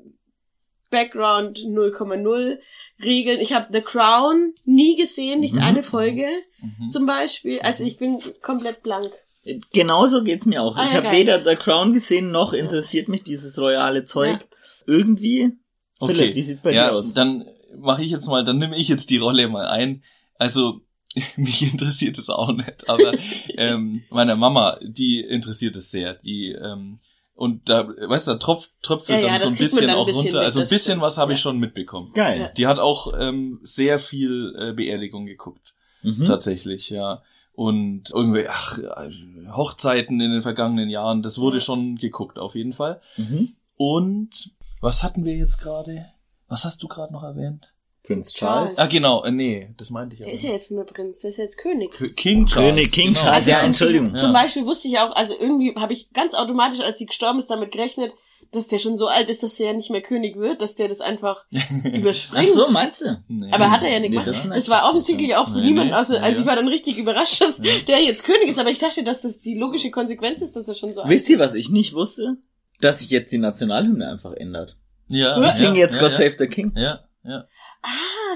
Background 0,0 Regeln. Ich habe The Crown nie gesehen, nicht
Mhm.
eine Folge
Mhm.
zum Beispiel. Also ich bin komplett blank.
Äh, Genauso geht's mir auch.
Ah,
ich
ja,
habe
geil.
weder The Crown gesehen, noch interessiert mich dieses royale Zeug. Irgendwie.
Okay.
Philipp, wie sieht's bei
ja,
dir aus?
Dann mache ich jetzt mal, dann nehme ich jetzt die Rolle mal ein. Also [LAUGHS] mich interessiert
[LAUGHS]
es auch nicht, aber ähm, meiner Mama, die interessiert es sehr. Die ähm, Und da, weißt du, da tropf, tröpfelt
Ja, ja,
dann so
das
ein
kriegt man
bisschen
dann ein
auch
bisschen
runter.
mit,
also ein
das
bisschen
stimmt,
was habe ich
ja.
schon mitbekommen.
Geil.
Die hat auch ähm, sehr viel äh, Beerdigung geguckt,
Mhm.
tatsächlich, ja. Und irgendwie, ach, äh, Hochzeiten in den vergangenen Jahren, das wurde
Ja.
schon geguckt, auf jeden Fall.
Mhm.
Und was hatten wir jetzt gerade? Was hast du gerade noch erwähnt?
Prinz
Charles.
Charles.
Ah, genau, äh, nee, das meinte ich auch.
Der ist ja Also
nicht.
jetzt nicht mehr Prinz, der ist ja jetzt König.
K- King Charles. genau.
König King Charles, ja,
zum-
Entschuldigung.
Zum
Ja.
Beispiel wusste ich auch, also irgendwie habe ich ganz automatisch, als sie gestorben ist, damit gerechnet, dass der schon so alt ist, dass er ja nicht mehr König wird, dass der das einfach
Ach
[LAUGHS]
überspringt.
so, meinst du?
Nee.
aber hat er ja nicht
Nee,
gemacht.
das
Das,
ist
war
natürlich
offensichtlich auch für
Nee,
niemanden.
nee,
Also,
ja,
also ich
ja.
war dann richtig überrascht, dass
Ja.
der jetzt König ist, aber ich dachte, dass das die logische Konsequenz ist, dass er schon so alt
Wisst ihr, was ich nicht wusste? Dass sich jetzt die Nationalhymne einfach ändert.
Ja.
Wir singen jetzt
ja,
God
ja,
Save the King.
Ja, ja.
Ah,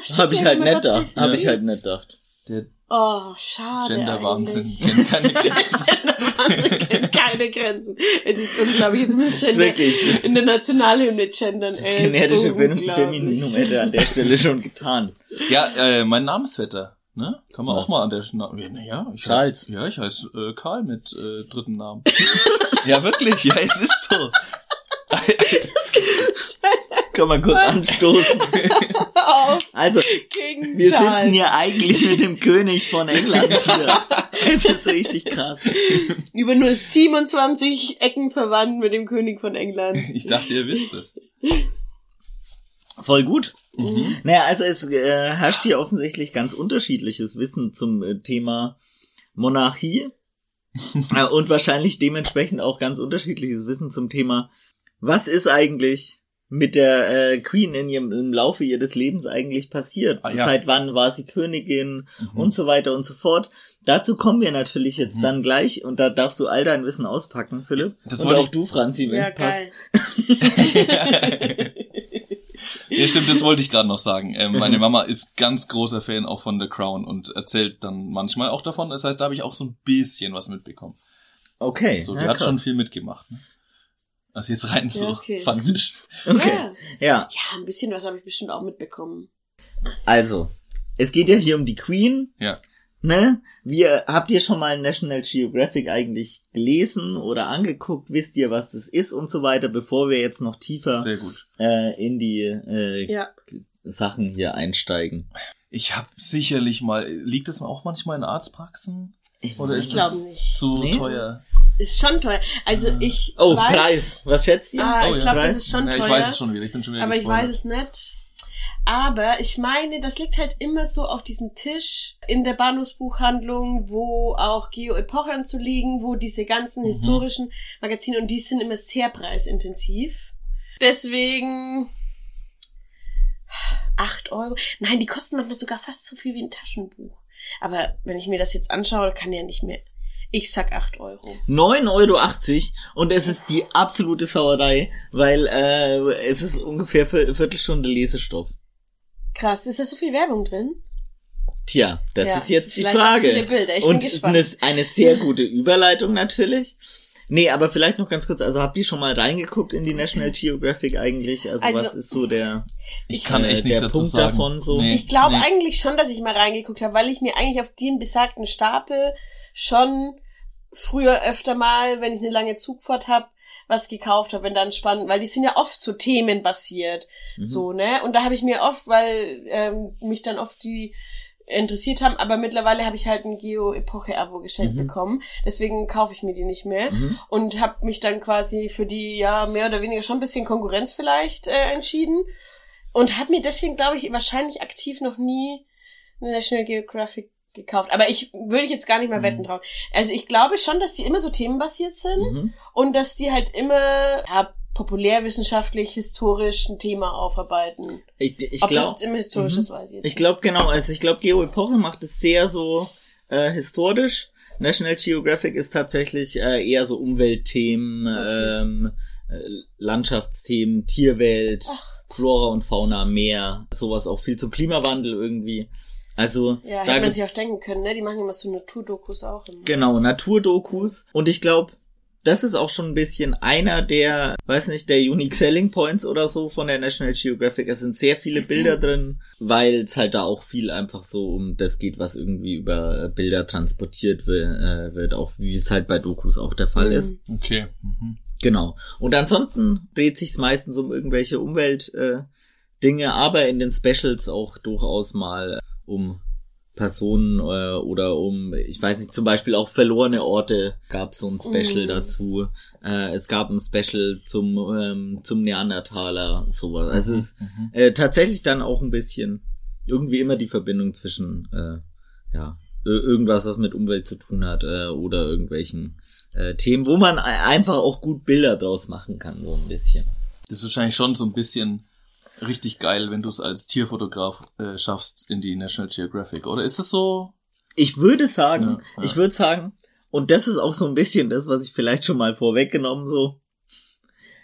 stimmt,
Hab ich
ja,
halt
wenn man
nicht gedacht.
tatsächlich-
Hab ich halt nicht gedacht.
Der
Oh, schade.
Gender-Wahnsinn.
eigentlich. [LAUGHS]
kennt keine Grenzen.
Gender-Wahnsinn kennt keine Grenzen. Es ist unglaublich. Jetzt mit
[LAUGHS] Das ist
Gender,
wirklich, das,
in der Nationalhymne
[LAUGHS]
gendern.
das
ey, ist
generische Fem-
unglaublich.
Femininum hätte an der Stelle schon getan.
ja, äh, mein Namensvetter. Ne? Kann man
Was?
auch mal an der Schna ja, na ja, ich
Charles.
Heiß, ja, ich heiße äh, Karl mit äh, dritten Namen. [LAUGHS] ja, wirklich, ja, es ist so.
Kann man [LAUGHS] kurz anstoßen.
Auf
Also,
gegen
wir
Charles.
sitzen hier eigentlich mit dem König von England [LAUGHS] hier. Es ist richtig krass.
Über nur 27 Ecken verwandt mit dem König von England.
Ich dachte, ihr wisst es.
Voll gut.
Mhm.
Naja, also es äh, herrscht hier offensichtlich ganz unterschiedliches Wissen zum äh, Thema
[LAUGHS]
Monarchie äh, und wahrscheinlich dementsprechend auch ganz unterschiedliches Wissen zum Thema, was ist eigentlich mit der äh, Queen in ihrem im Laufe ihres Lebens eigentlich passiert?
Ah, ja.
Seit wann war sie Königin
Mhm.
und so weiter und so fort? Dazu kommen wir natürlich jetzt
Mhm.
dann gleich und da darfst du all dein Wissen auspacken, Philipp.
Das
und
wollte
auch
ich-
du, Franzi, wenn es passt.
[LAUGHS] Ja, stimmt, das wollte ich gerade noch sagen. Ähm,
[LAUGHS]
meine Mama ist ganz großer Fan auch von The Crown und erzählt dann manchmal auch davon. Das heißt, da habe ich auch so ein bisschen was mitbekommen.
Okay.
So, die
ja,
hat
krass.
schon viel mitgemacht. Ne? Also jetzt rein so
okay.
faktisch.
Okay.
Ja.
Ja.
ja, ein bisschen was habe ich bestimmt auch mitbekommen.
Also, es geht ja hier um die Queen.
Ja.
Ne? Wir, habt ihr schon mal National Geographic eigentlich gelesen oder angeguckt? Wisst ihr, was das ist und so weiter, bevor wir jetzt noch tiefer
Sehr gut.
äh, in die äh,
Ja.
Sachen hier einsteigen?
Ich habe sicherlich mal, liegt das auch manchmal in Arztpraxen? Oder
weiß
ist
Ich
es-
glaube nicht.
Zu
Nee.
teuer.
Ist schon teuer. Also ich
Oh,
weiß,
Preis. Was schätzt ihr?
Ah,
Oh,
ich
ja.
glaube,
Preis?
das ist schon
Ja,
teuer.
ich weiß es schon wieder. Ich bin schon wieder
aber ich
gespoilert.
weiß es nicht. Aber ich meine, das liegt halt immer so auf diesem Tisch in der Bahnhofsbuchhandlung, wo auch Geo-Epochen zu liegen, wo diese ganzen
Mhm.
historischen Magazine und die sind immer sehr preisintensiv. Deswegen acht Euro. Nein, die kosten manchmal sogar fast so viel wie ein Taschenbuch. Aber wenn ich mir das jetzt anschaue, kann ja nicht mehr. Ich sag acht Euro.
9,80 Euro und es ist die absolute Sauerei, weil äh, es ist ungefähr Vier- Viertelstunde Lesestoff.
Krass, ist da so viel Werbung drin?
Tja, das
Ja,
ist jetzt die
vielleicht auch
Frage.
viele Bilder. Ich bin
Und
gespannt.
Eine, eine sehr gute Überleitung natürlich. Nee, aber vielleicht noch ganz kurz, also habt ihr schon mal reingeguckt in die National Geographic eigentlich? Also,
Also-
was ist so
[LAUGHS]
der
Ich kann
äh,
echt nichts
der
dazu
Punkt
sagen.
davon so?
Nee,
Ich glaube
nee.
eigentlich schon, dass ich mal reingeguckt habe, weil ich mir eigentlich auf den besagten Stapel schon früher öfter mal, wenn ich eine lange Zugfahrt habe, was gekauft habe, wenn dann spannend, weil die sind ja oft so themenbasiert,
Mhm.
so ne. Und da habe ich mir oft, weil ähm, mich dann oft die interessiert haben, aber mittlerweile habe ich halt ein Geo-Epoche-Abo geschenkt
Mhm.
bekommen, deswegen kaufe ich mir die nicht mehr
Mhm.
und habe mich dann quasi für die ja mehr oder weniger schon ein bisschen Konkurrenz vielleicht äh, entschieden und habe mir deswegen glaube ich wahrscheinlich aktiv noch nie eine National Geographic gekauft, aber ich würde ich jetzt gar nicht mal
Mhm.
wetten trauen. Also ich glaube schon, dass die immer so themenbasiert sind
Mhm.
und dass die halt immer ja, populärwissenschaftlich historisch ein Thema aufarbeiten.
Ich, ich
Ob das
glaube,
jetzt immer historisch
Mhm.
ist, weiß ich jetzt.
ich glaube genau, also ich glaube, Geo Epoche macht es sehr so äh, historisch. National Geographic ist tatsächlich äh, eher so Umweltthemen,
Okay.
ähm, äh, Landschaftsthemen, Tierwelt,
Ach.
Flora und Fauna, Meer, sowas auch viel zum Klimawandel irgendwie. Also da
Ja, hätte man
gibt's
sich auch denken können, ne? Die machen immer so Naturdokus auch. Immer.
Genau, Naturdokus. Und ich glaube, das ist auch schon ein bisschen einer der, weiß nicht, der Unique Selling Points oder so von der National Geographic. Es sind sehr viele Bilder drin, weil es halt da auch viel einfach so um das geht, was irgendwie über Bilder transportiert wi- äh, wird, auch wie es halt bei Dokus auch der Fall ist.
Mhm.
Okay. Mhm.
Genau. Und ansonsten dreht sich's meistens um irgendwelche Umweltdinge, äh, Dinge, aber in den Specials auch durchaus mal um Personen äh, oder um, ich weiß nicht, zum Beispiel auch verlorene Orte gab so ein Special
Mm.
dazu. Äh, es gab ein Special zum, ähm, zum Neandertaler, sowas. Also es ist
Mhm.
äh, tatsächlich dann auch ein bisschen irgendwie immer die Verbindung zwischen äh, ja i- irgendwas, was mit Umwelt zu tun hat äh, oder irgendwelchen äh, Themen, wo man e- einfach auch gut Bilder draus machen kann, so ein bisschen.
Das ist wahrscheinlich schon so ein bisschen richtig geil, wenn du es als Tierfotograf äh, schaffst in die National Geographic. Oder ist es so?
Ich würde sagen,
Ja, ja.
ich würde sagen, und das ist auch so ein bisschen das, was ich vielleicht schon mal vorweggenommen so.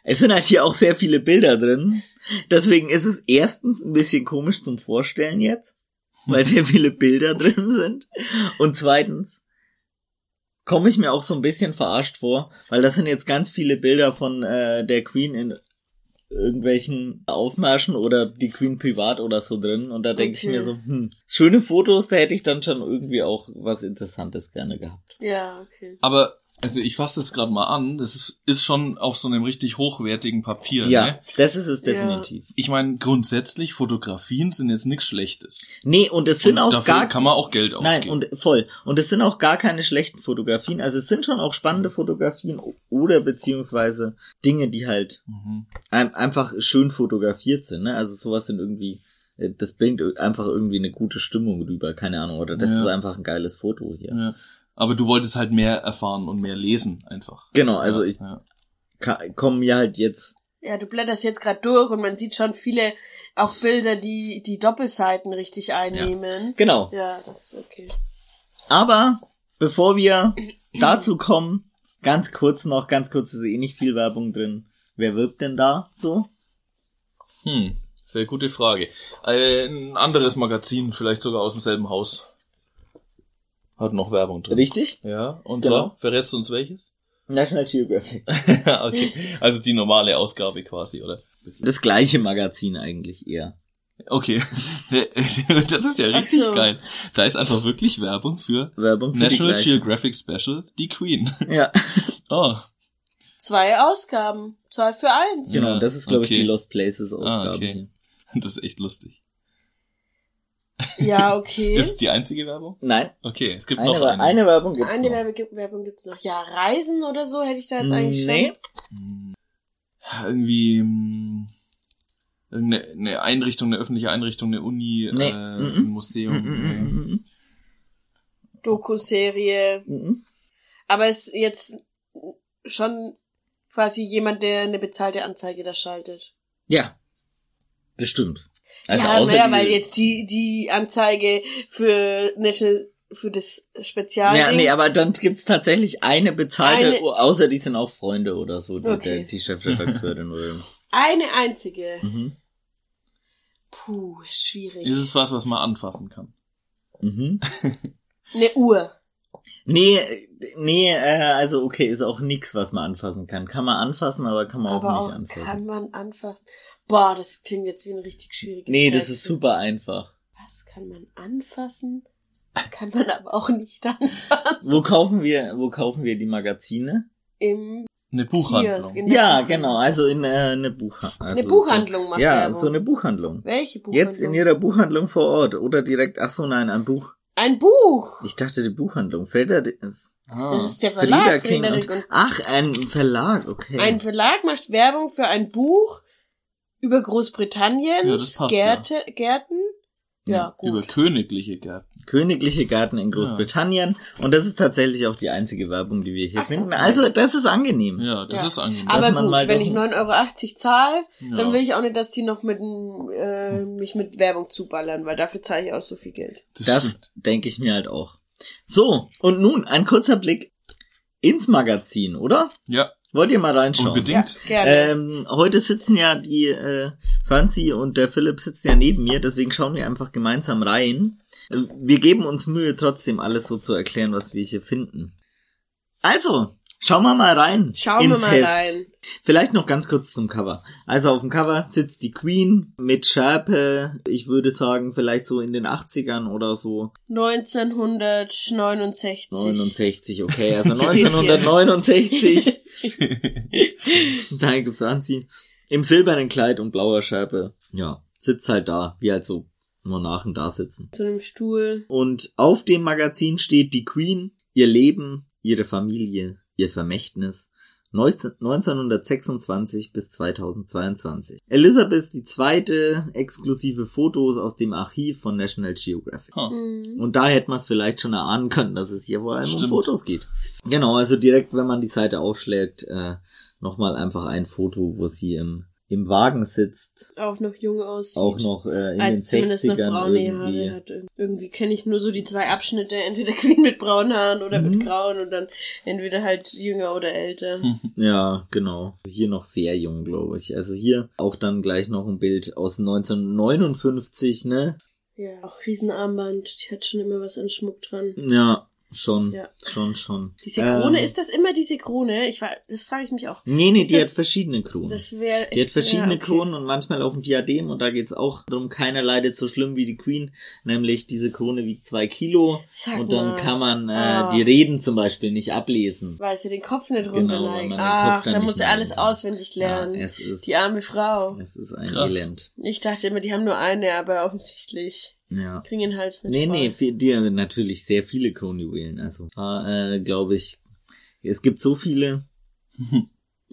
Es sind halt hier auch sehr viele Bilder drin. Deswegen ist es erstens ein bisschen komisch zum Vorstellen jetzt, weil sehr viele Bilder drin sind. Und zweitens komme ich mir auch so ein bisschen verarscht vor, weil das sind jetzt ganz viele Bilder von äh, der Queen in irgendwelchen Aufmärschen oder die Queen privat oder so drin. Und da denke ich
Okay.
mir so, hm, schöne Fotos, da hätte ich dann schon irgendwie auch was Interessantes gerne gehabt.
Ja, okay.
Aber, also ich fasse das gerade mal an, das ist, ist schon auf so einem richtig hochwertigen Papier.
Ja,
Ne?
das ist es
Ja.
definitiv.
Ich meine, grundsätzlich, Fotografien sind jetzt nichts Schlechtes.
Nee, und es sind
und
auch
dafür
gar
kann man auch Geld ausgeben.
Nein, und voll. Und es sind auch gar keine schlechten Fotografien. Also es sind schon auch spannende Fotografien o- oder beziehungsweise Dinge, die halt
Mhm.
ein, einfach schön fotografiert sind. Ne? Also sowas sind irgendwie, äh, das bringt ir- einfach irgendwie eine gute Stimmung rüber, keine Ahnung. Oder das
Ja.
ist einfach ein geiles Foto hier.
Ja. Aber du wolltest halt mehr erfahren und mehr lesen einfach.
Genau, also
ja,
ich
Ja.
ka- komme mir halt jetzt.
Ja, du blätterst jetzt gerade durch und man sieht schon viele auch Bilder, die die Doppelseiten richtig einnehmen.
Genau.
Ja, das ist okay.
Aber bevor wir dazu kommen, ganz kurz noch, ganz kurz ist eh nicht viel Werbung drin. Wer wirbt denn da so?
Hm, sehr gute Frage. Ein anderes Magazin, vielleicht sogar aus demselben Haus, hat noch Werbung drin.
Richtig?
Ja, und
Genau.
zwar, verrätst du uns welches? [LAUGHS]
National Geographic.
okay, also die normale Ausgabe quasi, oder?
Das gleiche Magazin eigentlich eher.
Okay, [LAUGHS] das ist ja richtig
Ach so.
geil. Da ist einfach wirklich Werbung für
Werbung für
National
die gleiche.
Geographic Special, die Queen. [LAUGHS]
Ja,
Oh,
Zwei Ausgaben, zwei für eins.
genau,
Ja,
das ist glaube ich
okay.
die Lost Places Ausgabe.
Ah, okay.
hier.
das ist echt lustig.
Ja, okay.
Ist es die einzige Werbung?
Nein,
Okay, es gibt
eine,
noch
Wer-
eine.
eine Werbung gibt's
Eine
noch.
Werbe Werbung gibt's noch. Ja, Reisen oder so hätte ich da jetzt eigentlich
nee,
schon.
Hm. Irgendwie hm, irgendeine eine Einrichtung, eine öffentliche Einrichtung, eine Uni,
Nee,
äh,
mhm.
ein Museum. nee.
Mm, mm,
Doku-Serie.
mm, mm.
Aber ist jetzt schon quasi jemand, der eine bezahlte Anzeige da schaltet.
Ja, bestimmt. Also
ja,
außer
naja,
diese-
weil jetzt die, die Anzeige für National, für das Spezial.
ja, nee, aber dann gibt's tatsächlich eine bezahlte,
Eine-
außer die sind auch Freunde oder so, die,
Okay.
der, die Chefredakteurin oder so.
Eine einzige.
Mhm.
Puh, ist schwierig.
Ist es was, was man anfassen kann?
Mhm.
eine Uhr.
Nee, äh, nee, äh, also okay, ist auch nix, was man anfassen kann. Kann man anfassen, aber kann man
aber
auch nicht
auch
anfassen.
kann man anfassen. Boah, das klingt jetzt wie ein richtig schwieriges
Nee, das
Rätsel.
ist super einfach.
Was kann man anfassen? Kann man aber auch nicht anfassen.
Wo kaufen wir, wo kaufen wir die Magazine?
Im
Eine Buchhandlung.
Kiosk, in der
Ja,
Buchhandlung.
genau, also in äh, eine Buchhandlung. Also
eine Buchhandlung
So,
macht
ja,
Werbung.
so eine Buchhandlung.
Welche Buchhandlung?
Jetzt in ihrer Buchhandlung vor Ort oder direkt, ach so, nein, ein Buch.
Ein Buch.
Ich dachte, die Buchhandlung. Felder, äh,
Ah.
Das ist der Verlag.
King
Friederik
und, ach, ein Verlag, okay.
und ein Verlag macht Werbung für ein Buch über
Ja,
Großbritanniens
das passt,
Gärte, Gärten. Ja,
Ja,
gut.
Über königliche Gärten.
Königliche Garten in Großbritannien. Und das ist tatsächlich auch die einzige Werbung, die wir hier
Ach,
finden.
ja.
Also, das ist angenehm.
Ja, das
Ja.
ist angenehm.
aber
dass man
gut,
mal
wenn
doch-
ich 9,80 Euro zahle,
ja.
dann will ich auch nicht, dass die noch mit dem, äh,
Hm.
mich mit Werbung zuballern, weil dafür zahle ich auch so viel Geld.
das
Das
stimmt.
denke ich mir halt auch. So, und nun ein kurzer Blick ins Magazin, oder?
Ja,
Wollt ihr mal reinschauen?
unbedingt.
Gerne.
Ähm, heute sitzen ja die äh, Franzi und der Philipp sitzen ja neben mir, deswegen schauen wir einfach gemeinsam rein. Äh, Wir geben uns Mühe, trotzdem alles so zu erklären, was wir hier finden. Also, Schauen wir mal rein.
Schauen wir
ins
mal
Heft.
rein.
Vielleicht noch ganz kurz zum Cover. Also auf dem Cover sitzt die Queen mit Schärpe, ich würde sagen, vielleicht so in den 80ern oder so.
1969.
69,
[LAUGHS]
okay, also
Steht hier.
1969.
[LAUGHS]
Danke, Franzi. Im silbernen Kleid und blauer Schärpe. Ja, sitzt halt da, wie halt so Monarchen da sitzen.
Zu einem Stuhl.
Und auf dem Magazin steht die Queen, ihr Leben, ihre Familie, ihr Vermächtnis. 19- 1926 bis 2022. Elisabeth II. exklusive Fotos aus dem Archiv von National Geographic.
Huh.
Mhm.
Und da hätte man es vielleicht schon erahnen können, dass es hier vor allem um
Stimmt.
Fotos geht. Genau, also direkt, wenn man die Seite aufschlägt, äh, nochmal einfach ein Foto, wo sie im, im Wagen sitzt.
Auch noch jung aussieht.
Auch noch äh, in den
Als zumindest noch
60ern
braune
irgendwie.
Haare hat. Irgendwie kenne ich nur so die zwei Abschnitte, entweder [LAUGHS] Queen mit braunen Haaren oder
Mhm. Hm.
mit grauen und dann entweder halt jünger oder älter.
Ja, genau. Hier noch sehr jung, glaube ich. Also hier auch dann gleich noch ein Bild aus 1959, ne?
Ja, auch Riesenarmband, die hat schon immer was an Schmuck dran.
Ja, schon,
Ja.
schon, schon.
Diese
Ähm,
Krone, ist das immer diese Krone? Ich war, das frage ich mich auch.
Nee, nee,
ist
die
das-
hat verschiedene Kronen.
Das wäre
Die hat verschiedene Kronen und manchmal auch ein Diadem und da geht's auch drum, keiner leidet so schlimm wie die Queen, nämlich diese Krone wiegt zwei Kilo
Sag
und dann
mal.
kann man äh,
Ah.
die Reden zum Beispiel nicht ablesen.
Weil sie den Kopf nicht
Genau, weil man
runterneigt.
den Kopf
Ach,
dann
da
nicht
muss sie
neigt.
alles auswendig lernen.
Ja, es ist,
die arme Frau.
es ist ein
Krass.
Elend.
Ich dachte immer, die haben nur eine, aber offensichtlich
Ja.
kriegen den Hals nicht
Nee,
voll.
nee, viel- die haben natürlich sehr viele Kronjuwelen. Also, äh, glaube ich, es gibt so viele.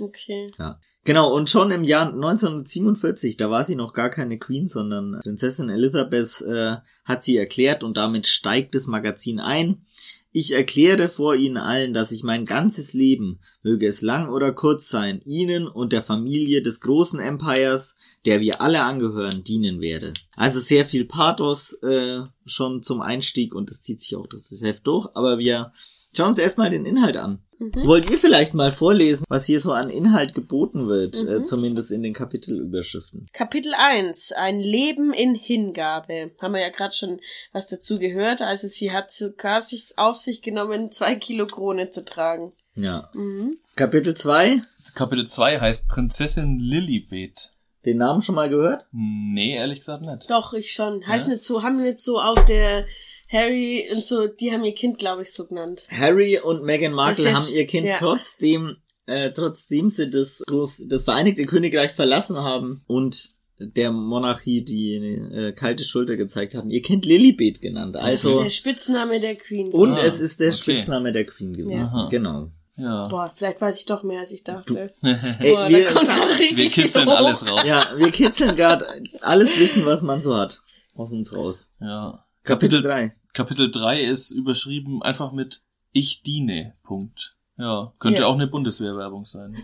Okay.
Ja. Genau, und schon im Jahr 1947, da war sie noch gar keine Queen, sondern äh, Prinzessin Elizabeth äh, hat sie erklärt und damit steigt das Magazin ein. Ich erkläre vor Ihnen allen, dass ich mein ganzes Leben, möge es lang oder kurz sein, Ihnen und der Familie des großen Empires, der wir alle angehören, dienen werde. Also sehr viel Pathos äh, schon zum Einstieg und es zieht sich auch das Heft durch, aber wir schauen uns erstmal den Inhalt an.
Hm?
Wollt ihr vielleicht mal vorlesen, was hier so an Inhalt geboten wird,
Mhm.
äh, zumindest in den Kapitelüberschriften?
Kapitel 1. Ein Leben in Hingabe. Haben wir ja gerade schon was dazu gehört. Also sie hat sogar sich auf sich genommen, zwei Kilo Krone zu tragen.
Ja.
Mhm.
Kapitel 2,
Kapitel 2 heißt Prinzessin Lilibet.
den Namen schon mal gehört?
Nee, ehrlich gesagt nicht.
Doch, ich schon. Heißt
Ja.
nicht so, haben nicht so auf der Harry und so, die haben ihr Kind, glaube ich, so genannt.
Harry und Meghan
Das
Markle
ist ja
haben ihr Kind
sch- ja.
trotzdem, äh, trotzdem sie das, Groß das Vereinigte Königreich verlassen haben und der Monarchie die äh, kalte Schulter gezeigt haben, ihr Kind Lilibet genannt.
Das ist
Also
der Spitzname der Queen.
und
Ah,
es ist der
okay.
Spitzname der Queen gewesen.
Aha.
Genau.
Ja. [LAUGHS]
Boah, vielleicht weiß ich doch mehr, als ich dachte.
Ey,
Boah,
wir,
da kommt grad richtig
Wir
[LAUGHS]
kitzeln
viel hoch.
alles raus.
ja, wir kitzeln gerade alles Wissen, was man so hat, aus uns raus.
Ja.
Kapitel
Kapitel,
3.
Kapitel 3 ist überschrieben einfach mit Ich diene. Punkt. Ja. Könnte
Ja.
auch eine Bundeswehrwerbung sein.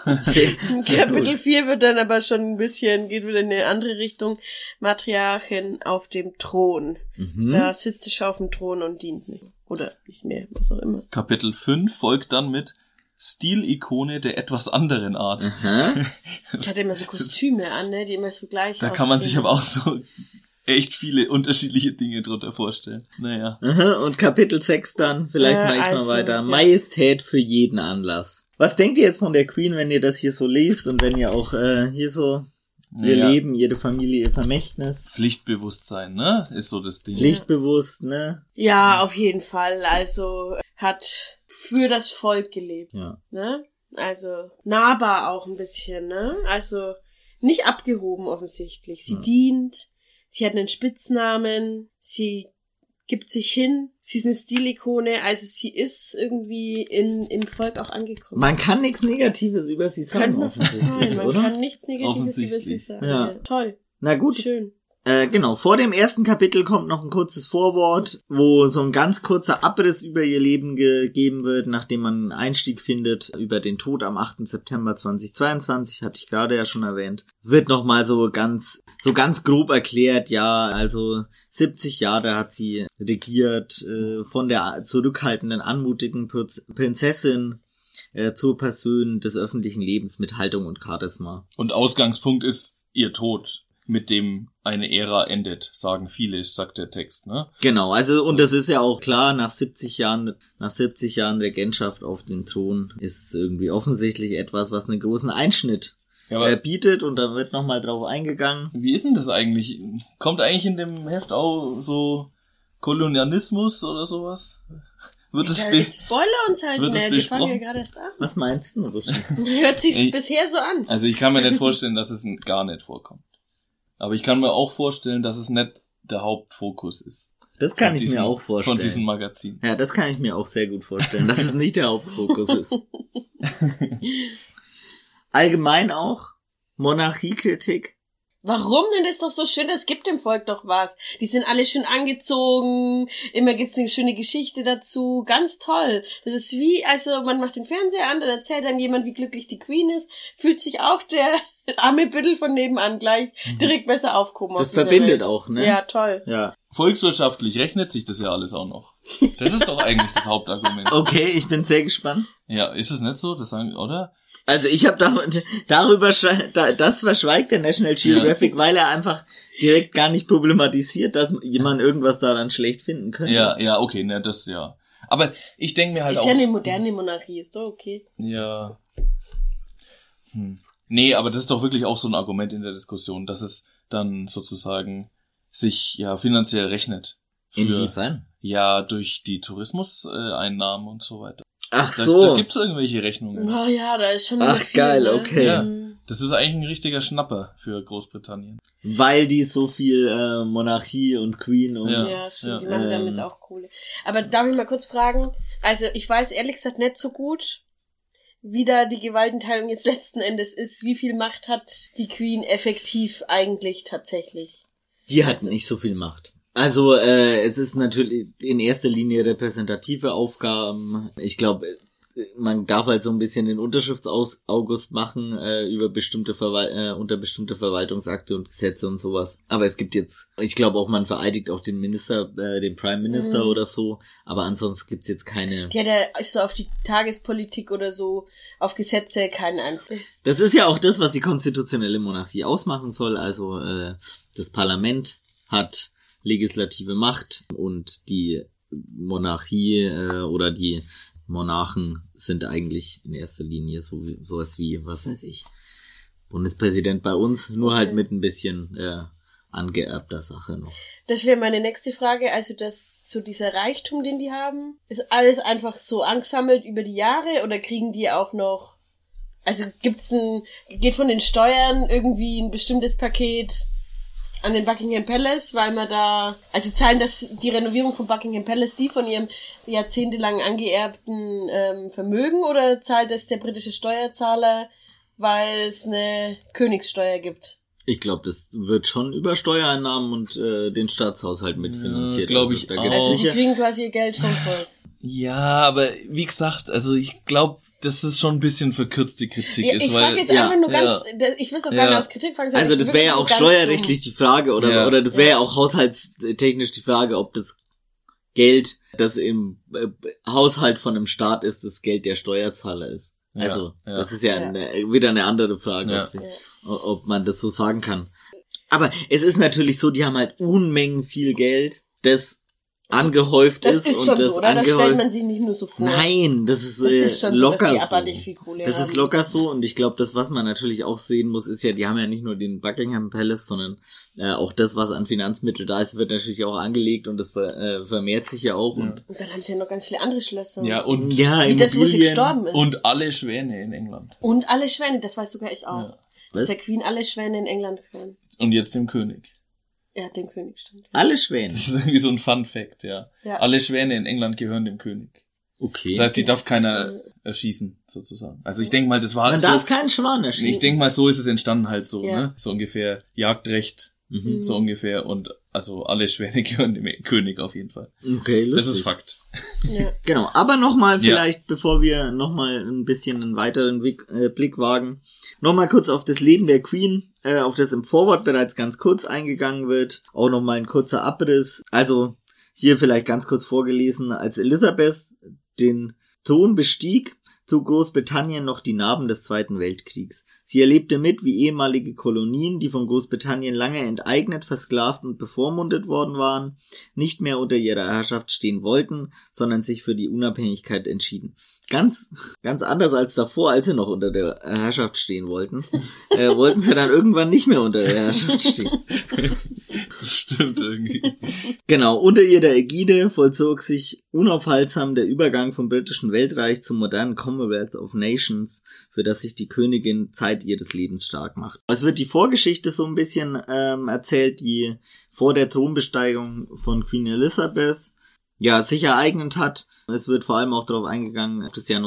[LAUGHS] Kapitel 4 wird dann aber schon ein bisschen, geht wieder in eine andere Richtung. Matriarchin auf dem Thron.
Mhm.
Hm?
Da sitzt sie schon auf dem Thron und dient nicht. Oder nicht mehr, was auch immer.
Kapitel 5 folgt dann mit Stilikone der etwas anderen Art.
Aha.
Ich hatte immer so Kostüme an, ne, die immer so gleich
Da kann man sich
aussehen.
aber auch so echt viele unterschiedliche Dinge drunter vorstellen. Naja.
Aha, und Kapitel 6 dann, vielleicht
Äh,
mache ich
also,
mal weiter.
ja.
Majestät für jeden Anlass. Was denkt ihr jetzt von der Queen, wenn ihr das hier so lest und wenn ihr auch äh, hier so ihr
Naja.
Leben, ihre Familie, ihr Vermächtnis,
Pflichtbewusstsein, ne? Ist so das Ding.
pflichtbewusst, ne?
Ja, auf jeden Fall. Also hat für das Volk gelebt,
Ja.
ne? Also nahbar auch ein bisschen, ne? Also nicht abgehoben offensichtlich. Sie
Ja.
dient, sie hat einen Spitznamen, sie gibt sich hin, sie ist eine Stilikone, also sie ist irgendwie in, im Volk auch angekommen.
Man kann nichts Negatives über sie
Könnte
sagen,
man fast sagen.
offensichtlich,
Man
oder?
kann nichts Negatives über sie
Offensichtlich.
sagen.
Ja.
Ja. Toll,
Na gut,
schön.
Äh, genau, vor dem ersten Kapitel kommt noch ein kurzes Vorwort, wo so ein ganz kurzer Abriss über ihr Leben gegeben wird, nachdem man einen Einstieg findet über den Tod am 8. September 2022, hatte ich gerade ja schon erwähnt. Wird nochmal so ganz, so ganz grob erklärt, ja, also 70 Jahre hat sie regiert, äh, von der zurückhaltenden, anmutigen Prinz- Prinzessin äh, zur Person des öffentlichen Lebens mit Haltung und Charisma.
Und Ausgangspunkt ist ihr Tod. mit dem eine Ära endet, sagen viele, sagt der Text, ne?
Genau, also und das ist ja auch klar, nach 70 Jahren, nach 70 Jahren Regentschaft auf dem Thron ist es irgendwie offensichtlich etwas, was einen großen Einschnitt
Ja,
äh,
aber
bietet und da wird nochmal drauf eingegangen.
wie ist denn das eigentlich? Kommt eigentlich in dem Heft auch so Kolonialismus oder sowas? Wird es
Ja,
be-
jetzt spoiler uns halt
wird es
nicht, wir fangen ja
besprochen?
gerade erst an.
Was meinst du, Ruschen?
[LAUGHS] Hört sich's
Ich-
bisher so an.
Also ich kann mir nicht vorstellen, dass es gar nicht vorkommt. Aber ich kann mir auch vorstellen, dass es nicht der Hauptfokus ist.
Das kann
Von
ich
diesem-
mir auch vorstellen.
Von diesem Magazin.
Ja, das kann ich mir auch sehr gut vorstellen, dass es nicht der Hauptfokus
[LAUGHS]
ist. Allgemein auch Monarchiekritik.
Warum denn das ist doch so schön? Das gibt dem Volk doch was. Die sind alle schön angezogen, immer gibt's eine schöne Geschichte dazu. Ganz toll. Das ist wie, also man macht den Fernseher an, dann erzählt dann jemand, wie glücklich die Queen ist, fühlt sich auch der [LAUGHS] arme Büttel von nebenan gleich direkt besser aufkommen.
Mhm. Das
aus dieser
verbindet
Welt.
auch, ne?
Ja, toll.
Ja.
Volkswirtschaftlich rechnet sich das ja alles auch noch. Das ist doch eigentlich das
[LAUGHS]
Hauptargument.
Okay, ich bin sehr gespannt.
Ja, ist es nicht so? Das sagen, oder?
Also ich habe da, darüber schrei- da, das verschweigt der National Geographic, weil er einfach direkt gar nicht problematisiert, dass jemand irgendwas daran schlecht finden könnte.
Ja, ja, okay, ne, das ja. Aber ich denke mir halt
Ist
auch.
ja eine moderne Monarchie, ist doch okay.
Ja. Hm. Nee, aber das ist doch wirklich auch so ein Argument in der Diskussion, dass es dann sozusagen sich ja finanziell rechnet. Für,
Inwiefern?
ja, durch die Tourismuseinnahmen und so weiter.
Ach
Da,
so.
da gibt's irgendwelche Rechnungen.
Oh ja, da ist schon
Ach,
immer viel,
geil,
ne?
okay.
Ja.
Mhm.
Das ist eigentlich ein richtiger Schnapper für Großbritannien.
weil die so viel äh, Monarchie und Queen und
Ja.
Ja, stimmt,
ja.
die machen damit
Ähm.
auch Kohle. Aber darf ich mal kurz fragen? Also, ich weiß ehrlich gesagt nicht so gut, wie da die Gewaltenteilung jetzt letzten Endes ist. Wie viel Macht hat die Queen effektiv eigentlich tatsächlich?
Die hat
Also-
nicht so viel Macht. Also äh, es ist natürlich in erster Linie repräsentative Aufgaben. Ich glaube, äh, man darf halt so ein bisschen den Unterschriftsaugust machen äh, über bestimmte Verwal äh, unter bestimmte Verwaltungsakte und Gesetze und sowas. Aber es gibt jetzt, ich glaube auch, man vereidigt auch den Minister, äh, den Prime Minister
Mhm.
oder so. Aber ansonsten gibt's jetzt keine.
Die hat ja ist so auf die Tagespolitik oder so, auf Gesetze keinen Einfluss.
Das ist ja auch das, was die konstitutionelle Monarchie ausmachen soll. Also äh, das Parlament hat legislative Macht und die Monarchie äh, oder die Monarchen sind eigentlich in erster Linie so sowas wie, was weiß ich, Bundespräsident bei uns, nur
Okay.
halt mit ein bisschen äh, angeerbter Sache noch.
Das wäre meine nächste Frage. Also, dass so dieser Reichtum, den die haben, ist alles einfach so angesammelt über die Jahre oder kriegen die auch noch. Also gibt's ein, geht von den Steuern irgendwie ein bestimmtes Paket an den Buckingham Palace, weil man da, also zahlen das die Renovierung von Buckingham Palace die von ihrem jahrzehntelang angeerbten ähm, Vermögen oder zahlt das der britische Steuerzahler, weil es eine Königssteuer gibt?
Ich glaube, das wird schon über Steuereinnahmen und äh, den Staatshaushalt mitfinanziert.
Ja, Äh, glaub ich
da gibt's
Also
auch.
die
Oh. sicher.
kriegen quasi ihr Geld vom Volk.
Ja, aber wie gesagt, also ich glaube, das ist schon ein bisschen verkürzte Kritik
Ja,
ist,
ich
weil
frage jetzt
ja,
einfach nur ganz,
ja.
da- ich will es auch
Ja.
gar nicht aus Kritik fragen. sondern
Also
ich
das
will
wäre ja
nur
auch
ganz dumm.
steuerrechtlich die Frage oder
Ja.
oder das wäre ja.
Ja.
auch haushaltstechnisch die Frage, ob das Geld, das im äh, Haushalt von einem Staat ist, das Geld der Steuerzahler ist.
Ja,
Also
ja.
das ist ja,
Ja.
Eine, wieder eine andere Frage,
Ja.
ob, sie, ob man das so sagen kann. Aber es ist natürlich so, die haben halt Unmengen viel Geld, das angehäuft
Das
ist,
ist
und
schon
das
so, oder? Das stellt man sich nicht nur so vor.
Nein, das ist,
das
äh,
ist schon so,
locker
dass die
so.
abartig viel Kohle
Das ist
haben.
locker so und ich glaube, das, was man natürlich auch sehen muss, ist ja, die haben ja nicht nur den Buckingham Palace, sondern äh, auch das, was an Finanzmittel da ist, wird natürlich auch angelegt und das ver äh, vermehrt sich ja auch.
Ja.
Und,
Und dann haben sie ja noch ganz viele andere Schlösser.
ja
und,
und
ja,
wie das, wo sie
Immobilien.
gestorben ist.
und alle Schwäne in England.
und alle Schwäne, das weiß sogar ich auch.
Ja.
Dass der
Was?
Queen alle Schwäne in England können.
Und jetzt dem König.
Er hat den König, stimmt.
Alle Schwäne.
Das ist irgendwie so ein Fun Fact, ja.
Ja.
Alle Schwäne in England gehören dem König.
Okay.
Das heißt, die darf keiner erschießen, sozusagen. Also ich denke mal, das war
man
so.
darf keinen Schwan
Ich
erschießen.
denke mal, so ist es entstanden halt so,
Ja.
ne? So ungefähr Jagdrecht,
Mhm.
so ungefähr. Und also alle Schwäne [LAUGHS] gehören dem König auf jeden Fall.
Okay, lustig.
Das ist Fakt.
[LAUGHS]
Ja.
Genau, aber nochmal
Ja.
vielleicht, bevor wir nochmal ein bisschen einen weiteren Wick, äh, Blick wagen, nochmal kurz auf das Leben der Queen, äh, auf das im Vorwort bereits ganz kurz eingegangen wird, auch nochmal ein kurzer Abriss. Also hier vielleicht ganz kurz vorgelesen, als Elisabeth den Thron bestieg, zu Großbritannien noch die Narben des Zweiten Weltkriegs. Sie erlebte mit, wie ehemalige Kolonien, die von Großbritannien lange enteignet, versklavt und bevormundet worden waren, nicht mehr unter ihrer Herrschaft stehen wollten, sondern sich für die Unabhängigkeit entschieden. Ganz, ganz anders als davor, als sie noch unter der Herrschaft stehen wollten, äh, wollten sie dann irgendwann nicht mehr unter der Herrschaft stehen.
Das
[LAUGHS]
stimmt irgendwie.
Genau, unter ihrer Ägide vollzog sich unaufhaltsam der Übergang vom britischen Weltreich zum modernen Commonwealth of Nations, für das sich die Königin Zeit ihres Lebens stark macht. Es wird die Vorgeschichte so ein bisschen ähm, erzählt, die vor der Thronbesteigung von Queen Elizabeth ja, sich ereignet hat. Es wird vor allem auch darauf eingegangen, auf das Jahr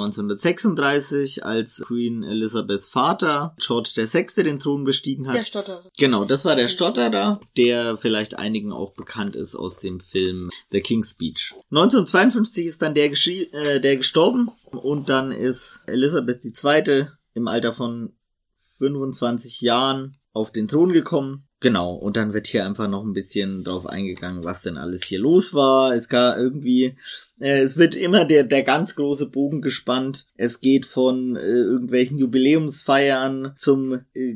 1936, als Queen Elizabeth Vater George VI. den Thron bestiegen hat.
Der Stotterer.
Genau, das war der Stotterer, der vielleicht einigen auch bekannt ist aus dem Film The King's Speech. 1952 ist dann der, geschrie- äh, der gestorben und dann ist Elisabeth II. im Alter von 25 Jahren auf den Thron gekommen. Genau, und dann wird hier einfach noch ein bisschen drauf eingegangen, was denn alles hier los war. Es gab irgendwie, äh, es wird immer der, der ganz große Bogen gespannt. Es geht von äh, irgendwelchen Jubiläumsfeiern zum, äh,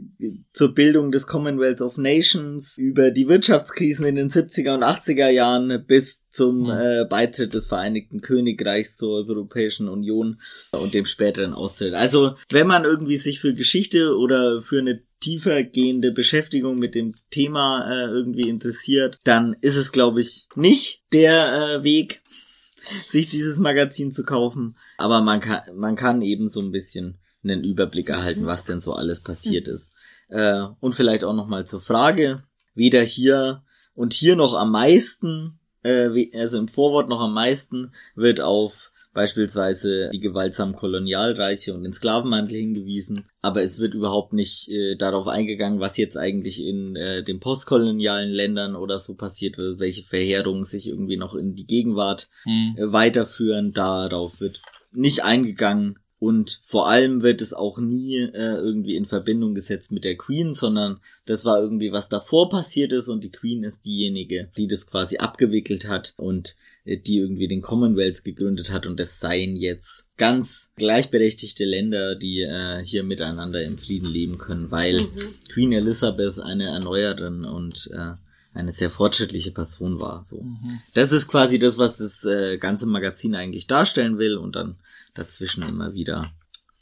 zur Bildung des Commonwealth of Nations, über die Wirtschaftskrisen in den 70er und 80er Jahren bis zum
Mhm.
äh, Beitritt des Vereinigten Königreichs zur Europäischen Union und dem späteren Austritt. Also, wenn man irgendwie sich für Geschichte oder für eine tiefergehende Beschäftigung mit dem Thema äh, irgendwie interessiert, dann ist es, glaube ich, nicht der äh, Weg, [LAUGHS] sich dieses Magazin zu kaufen. Aber man kann, man kann eben so ein bisschen einen Überblick erhalten, was denn so alles passiert ist. Äh, und vielleicht auch nochmal zur Frage, weder hier und hier noch am meisten, äh, we- also im Vorwort noch am meisten, wird auf beispielsweise die gewaltsamen Kolonialreiche und den Sklavenhandel hingewiesen, aber es wird überhaupt nicht äh, darauf eingegangen, was jetzt eigentlich in äh, den postkolonialen Ländern oder so passiert wird, welche Verheerungen sich irgendwie noch in die Gegenwart
Hm.
äh, weiterführen. Darauf wird nicht eingegangen. Und vor allem wird es auch nie äh, irgendwie in Verbindung gesetzt mit der Queen, sondern das war irgendwie, was davor passiert ist und die Queen ist diejenige, die das quasi abgewickelt hat und äh, die irgendwie den Commonwealth gegründet hat und das seien jetzt ganz gleichberechtigte Länder, die äh, hier miteinander im Frieden leben können, weil
Mhm.
Queen Elizabeth eine Erneuerin und äh, eine sehr fortschrittliche Person war. So.
Mhm.
Das ist quasi das, was das äh, ganze Magazin eigentlich darstellen will und dann dazwischen immer wieder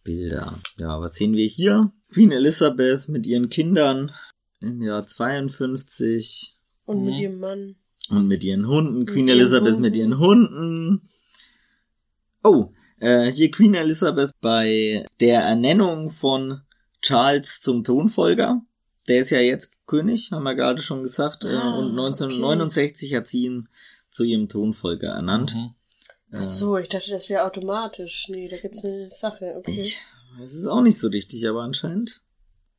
Bilder. Ja, was sehen wir hier? Queen Elizabeth mit ihren Kindern im Jahr 52
Und mit
Mhm.
ihrem Mann.
und mit ihren Hunden. Queen
ihren
Elizabeth
Hunden.
mit ihren Hunden. Oh, äh, hier Queen Elizabeth bei der Ernennung von Charles zum Thronfolger. Der ist ja jetzt König, haben wir gerade schon gesagt. äh,
Ah,
und 1969 hat sie ihn zu ihrem Thronfolger ernannt.
Mhm.
Äh,
Ach so, ich dachte, das wäre automatisch. Nee, da gibt's eine Sache. Okay.
Ich, es ist auch nicht so richtig, aber anscheinend.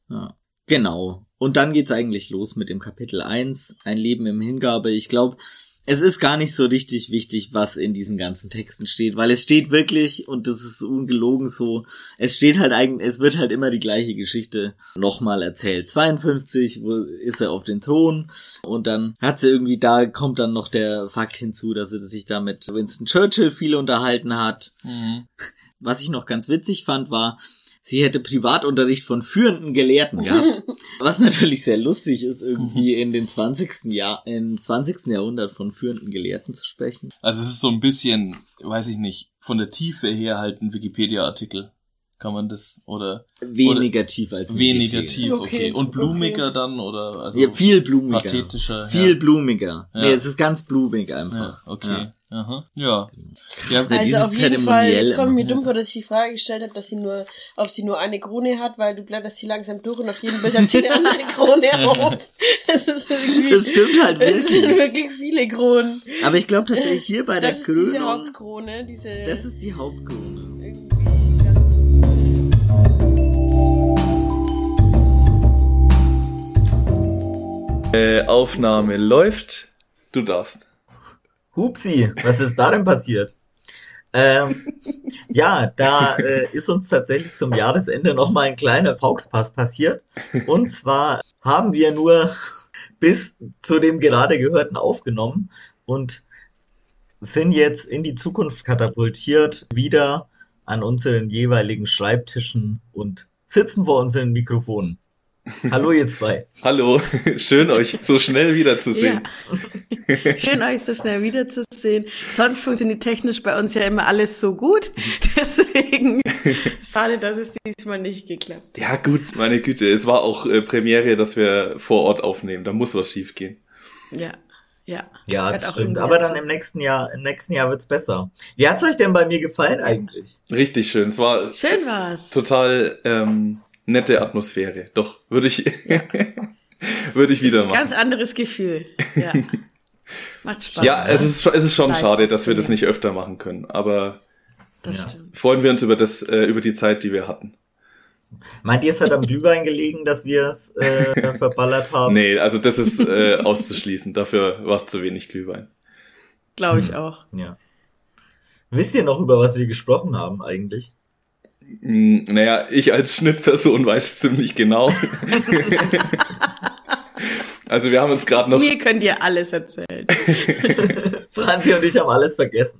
Ja. Genau. Und dann geht's eigentlich los mit dem Kapitel 1, ein Leben im Hingabe. Ich glaube, es ist gar nicht so richtig wichtig, was in diesen ganzen Texten steht, weil es steht wirklich, und das ist ungelogen so, es steht halt eigentlich, es wird halt immer die gleiche Geschichte nochmal erzählt. 52 wo ist er auf den Thron und dann hat sie irgendwie, da kommt dann noch der Fakt hinzu, dass sie sich da mit Winston Churchill viel unterhalten hat
Mhm.
was ich noch ganz witzig fand, war, sie hätte Privatunterricht von führenden Gelehrten gehabt. was natürlich sehr lustig ist, irgendwie in den 20. Jahr, im 20. Jahrhundert von führenden Gelehrten zu sprechen.
Also es ist so ein bisschen, weiß ich nicht, von der Tiefe her halt ein Wikipedia-Artikel. Kann man das, oder
Weniger tief als in
weniger
Wikipedia.
tief, okay.
Okay.
Und blumiger dann, oder? Also
Ja, viel blumiger.
pathetischer.
Viel
ja.
blumiger.
Ja.
Nee, es ist ganz blumig einfach.
Ja, okay. Aha.
Ja,
Ja. ja.
dieses
also auf jeden Fall,
Zeremonielle
jetzt kommt mir
immer,
dumm vor, dass ich die Frage gestellt habe, dass sie nur, ob sie nur eine Krone hat, weil du blätterst sie langsam durch und auf jedem Bild hat sie eine
[LAUGHS]
andere Krone auf. Das ist irgendwie,
Das stimmt
[LAUGHS]
halt
es sind
wirklich.
wirklich viele Kronen.
Aber ich glaube tatsächlich hier bei der
Das ist diese
Krönung,
Hauptkrone, diese
das ist die Hauptkrone.
irgendwie ganz
Äh, Aufnahme läuft. Du darfst.
Hupsi, was ist da denn passiert? Ähm, ja, da äh, ist uns tatsächlich zum Jahresende nochmal ein kleiner Fauxpass passiert. Und zwar haben wir nur bis zu dem gerade gehörten aufgenommen und sind jetzt in die Zukunft katapultiert, wieder an unseren jeweiligen Schreibtischen und sitzen vor unseren Mikrofonen. Hallo ihr zwei.
Hallo, [LAUGHS] schön euch so schnell wiederzusehen.
[LAUGHS]
Ja. Schön euch so schnell wiederzusehen. Sonst funktioniert technisch bei uns ja immer alles
[LAUGHS]
so gut. Deswegen schade, dass es diesmal nicht geklappt hat.
Ja gut, meine Güte, es war auch äh, Premiere, dass wir vor Ort aufnehmen. Da muss was schief gehen.
Ja. Ja,
Ja,
Gehört
das
auch
stimmt.
irgendwie
Aber
dazu.
dann im nächsten Jahr, im nächsten Jahr wird's besser. Wie hat's euch denn bei mir gefallen eigentlich?
Richtig schön. Es war
Schön war's.
total ähm, nette Atmosphäre. Doch, würde ich, [LAUGHS] würde ich wieder
Ist ein
machen.
Ganz anderes Gefühl.
[LAUGHS]
Ja. Macht Spaß.
Ja, äh, es ist, schon- es ist schon
Nein.
schade, dass wir das nicht öfter machen können. Aber
Das
Ja.
stimmt.
freuen wir uns über das, äh, über die Zeit, die wir hatten.
Meint ihr, es
[LAUGHS]
hat am Glühwein gelegen, dass wir es äh, verballert haben?
Nee, also das
[LAUGHS]
ist äh, auszuschließen. Dafür war es zu wenig Glühwein.
Glaube ich
Hm.
auch.
Ja. Wisst ihr noch, über was wir gesprochen haben eigentlich?
Hm, naja, ich als Schnittperson weiß es ziemlich genau. also wir haben uns gerade noch.
Mir könnt ihr alles erzählen.
Franzi und ich haben alles vergessen.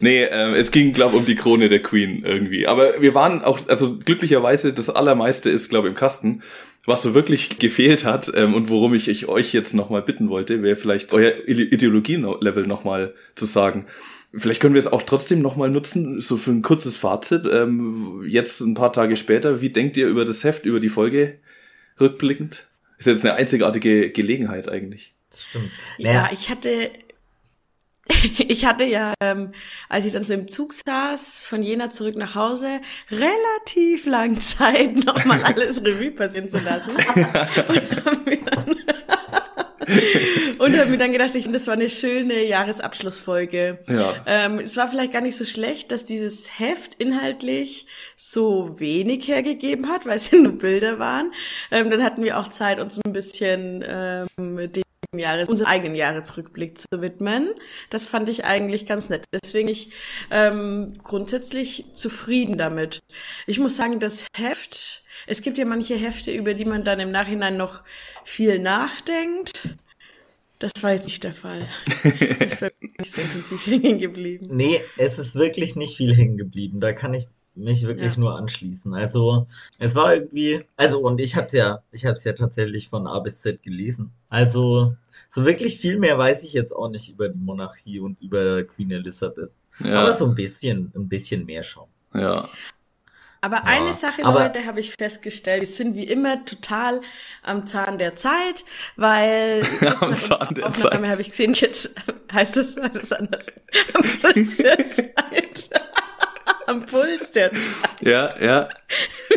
Nee, äh, es ging, glaube um die Krone der Queen irgendwie. Aber wir waren auch, also glücklicherweise, das Allermeiste ist, glaube im Kasten. Was so wirklich gefehlt hat ähm, und worum ich, ich euch jetzt nochmal bitten wollte, wäre vielleicht euer Ide- Ideologie-Level nochmal zu sagen. Vielleicht können wir es auch trotzdem nochmal nutzen, so für ein kurzes Fazit. Ähm, jetzt ein paar Tage später, wie denkt ihr über das Heft, über die Folge rückblickend? Ist jetzt eine einzigartige Gelegenheit eigentlich.
Das stimmt.
Ja,
Naja,
ich hatte, [LAUGHS] ich hatte ja, ähm, als ich dann so im Zug saß, von Jena zurück nach Hause, relativ lang Zeit, [LAUGHS] nochmal alles Revue passieren zu
[LAUGHS]
lassen. und hab mir dann, [LAUGHS] und hab mir dann gedacht, ich, finde, das war eine schöne Jahresabschlussfolge.
Ja.
Ähm, es war vielleicht gar nicht so schlecht, dass dieses Heft inhaltlich so wenig hergegeben hat, weil es [LAUGHS] ja nur Bilder waren. Ähm, dann hatten wir auch Zeit, uns ein bisschen ähm, dem Jahres, unserem eigenen Jahresrückblick zu widmen. Das fand ich eigentlich ganz nett. Deswegen bin ich ähm, grundsätzlich zufrieden damit. Ich muss sagen, das Heft, es gibt ja manche Hefte, über die man dann im Nachhinein noch viel nachdenkt. Das war jetzt nicht der Fall. Das wäre nicht so intensiv hängen geblieben.
nee, es ist wirklich nicht viel hängen geblieben. Da kann ich mich wirklich
Ja.
nur anschließen. Also, es war irgendwie, also und ich hab's ja, ich hab's ja tatsächlich von A bis Z gelesen. Also, so wirklich viel mehr weiß ich jetzt auch nicht über die Monarchie und über Queen Elizabeth. Aber
Ja.
so ein bisschen, ein bisschen mehr schon.
ja.
Aber
Ja,
eine Sache,
aber-
Leute, habe ich festgestellt, wir sind wie immer total am Zahn der Zeit,
[LAUGHS]
weil
Am Zahn der Zeit.
habe ich gesehen, jetzt [LAUGHS] heißt das, heißt das anders. Am Puls
[LAUGHS]
der Zeit. [LAUGHS] Am Puls der Zeit. [LAUGHS]
Ja, ja.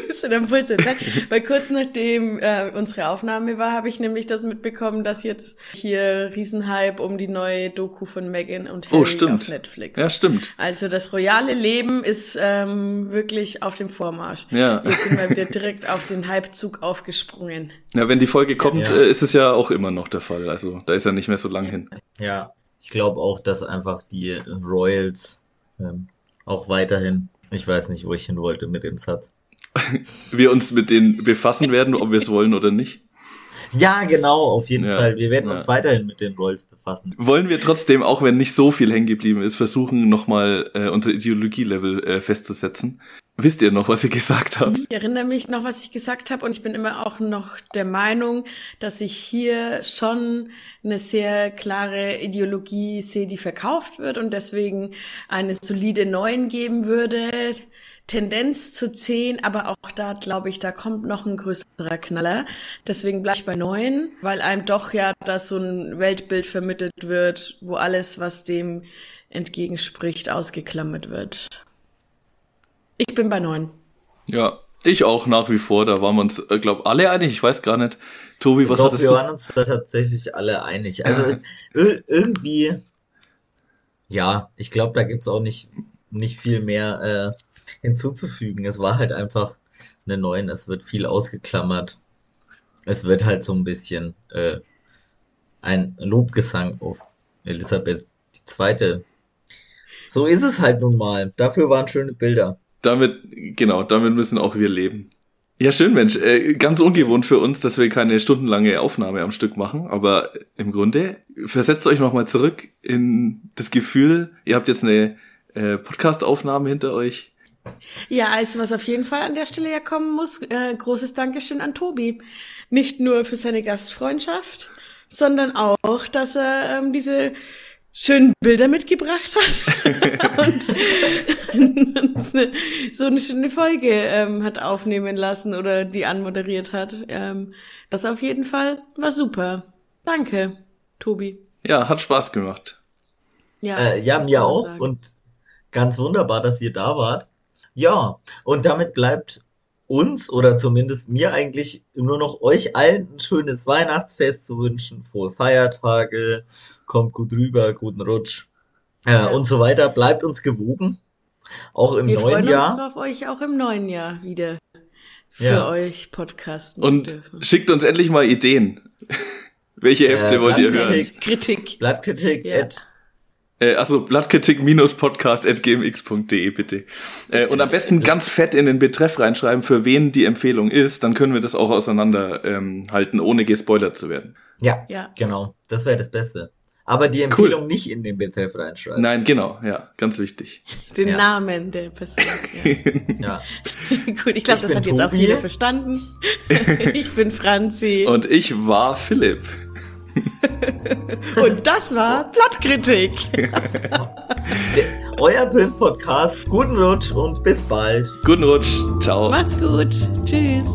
bist du dann Puls der Zeit. Weil kurz nachdem äh, unsere Aufnahme war, habe ich nämlich das mitbekommen, dass jetzt hier Riesenhype um die neue Doku von Megan und Harry
Oh, stimmt.
auf Netflix.
Ja, stimmt.
also das royale Leben ist ähm, wirklich auf dem Vormarsch.
Ja.
Wir sind mal wieder direkt auf den Hypezug aufgesprungen.
Ja, wenn die Folge kommt,
Ja.
äh, ist es ja auch immer noch der Fall. Also da ist ja nicht mehr so lang hin.
Ja, ich glaube auch, dass einfach die Royals ähm, auch weiterhin, ich weiß nicht, wo ich hin wollte mit dem Satz.
Wir uns mit denen befassen werden, ob wir es wollen oder nicht.
Ja, genau, auf jeden
Ja,
Fall. Wir werden uns
ja.
weiterhin mit den Royals befassen.
Wollen wir trotzdem, auch wenn nicht so viel hängen geblieben ist, versuchen, nochmal äh, unser Ideologielevel äh, festzusetzen. Wisst ihr noch, was ihr gesagt habt?
Ich erinnere mich noch, was ich gesagt habe und ich bin immer auch noch der Meinung, dass ich hier schon eine sehr klare Ideologie sehe, die verkauft wird und deswegen eine solide Neuen geben würde. Tendenz zu 10, aber auch da glaube ich, da kommt noch ein größerer Knaller. Deswegen bleibe ich bei 9, weil einem doch ja da so ein Weltbild vermittelt wird, wo alles, was dem entgegenspricht, ausgeklammert wird. Ich bin bei 9.
Ja, ich auch nach wie vor. Da waren wir uns, äh, glaube alle einig. Ich weiß gar nicht. Tobi, was
Doch,
hattest
wir
du?
waren uns da tatsächlich alle einig. Also es- ir- irgendwie, ja, ich glaube, da gibt's auch nicht, nicht viel mehr äh, hinzuzufügen. Es war halt einfach eine Neuen, es wird viel ausgeklammert. Es wird halt so ein bisschen äh, ein Lobgesang auf Elisabeth II. So ist es halt nun mal. Dafür waren schöne Bilder.
Damit, genau, damit müssen auch wir leben. Ja, schön, Mensch. Äh, ganz ungewohnt für uns, dass wir keine stundenlange Aufnahme am Stück machen, aber im Grunde versetzt euch nochmal zurück in das Gefühl, ihr habt jetzt eine äh, Podcast-Aufnahmen hinter euch.
Ja, also was auf jeden Fall an der Stelle ja kommen muss, äh, großes Dankeschön an Tobi. Nicht nur für seine Gastfreundschaft, sondern auch, dass er ähm, diese schönen Bilder mitgebracht hat und [LAUGHS] uns eine, so eine schöne Folge ähm, hat aufnehmen lassen oder die anmoderiert hat. Ähm, das auf jeden Fall war super. Danke, Tobi.
Ja, hat Spaß gemacht.
Ja,
Äh, ja,
das
mir
kann man
auch.
sagen.
Und ganz wunderbar, dass ihr da wart. Ja, und damit bleibt uns oder zumindest mir eigentlich nur noch euch allen ein schönes Weihnachtsfest zu wünschen. Frohe Feiertage, kommt gut rüber, guten Rutsch äh,
Ja.
und so weiter. Bleibt uns gewogen, auch im
Wir
neuen
freuen
Jahr.
uns drauf, euch auch im neuen Jahr wieder für
Ja.
euch podcasten zu
Und
dürfen.
schickt uns endlich mal Ideen. [LAUGHS] Welche Hefte
Äh,
wollt ihr
Landkritik.
hören?
Kritik. Kritik.
Blattkritik
Ja.
at
Äh, achso, Blattkritik-podcast.gmx.de bitte. Äh, und am besten ganz fett in den Betreff reinschreiben, für wen die Empfehlung ist. Dann können wir das auch auseinanderhalten, ähm, halten, ohne gespoilert zu werden.
ja,
Ja.
genau, das wäre das Beste. Aber die Empfehlung nicht in den Betreff reinschreiben.
Nein, genau, ja, ganz wichtig.
Den
Ja.
Namen der Person. Ja.
Ja.
Gut, ich glaube, das
bin
hat jetzt auch
Tobi.
jeder verstanden. ich bin Franzi. Und,
Und ich war Philipp.
das war Blattkritik.
Euer Film-Podcast, guten Rutsch und bis bald.
Guten Rutsch, ciao.
Macht's gut. Tschüss.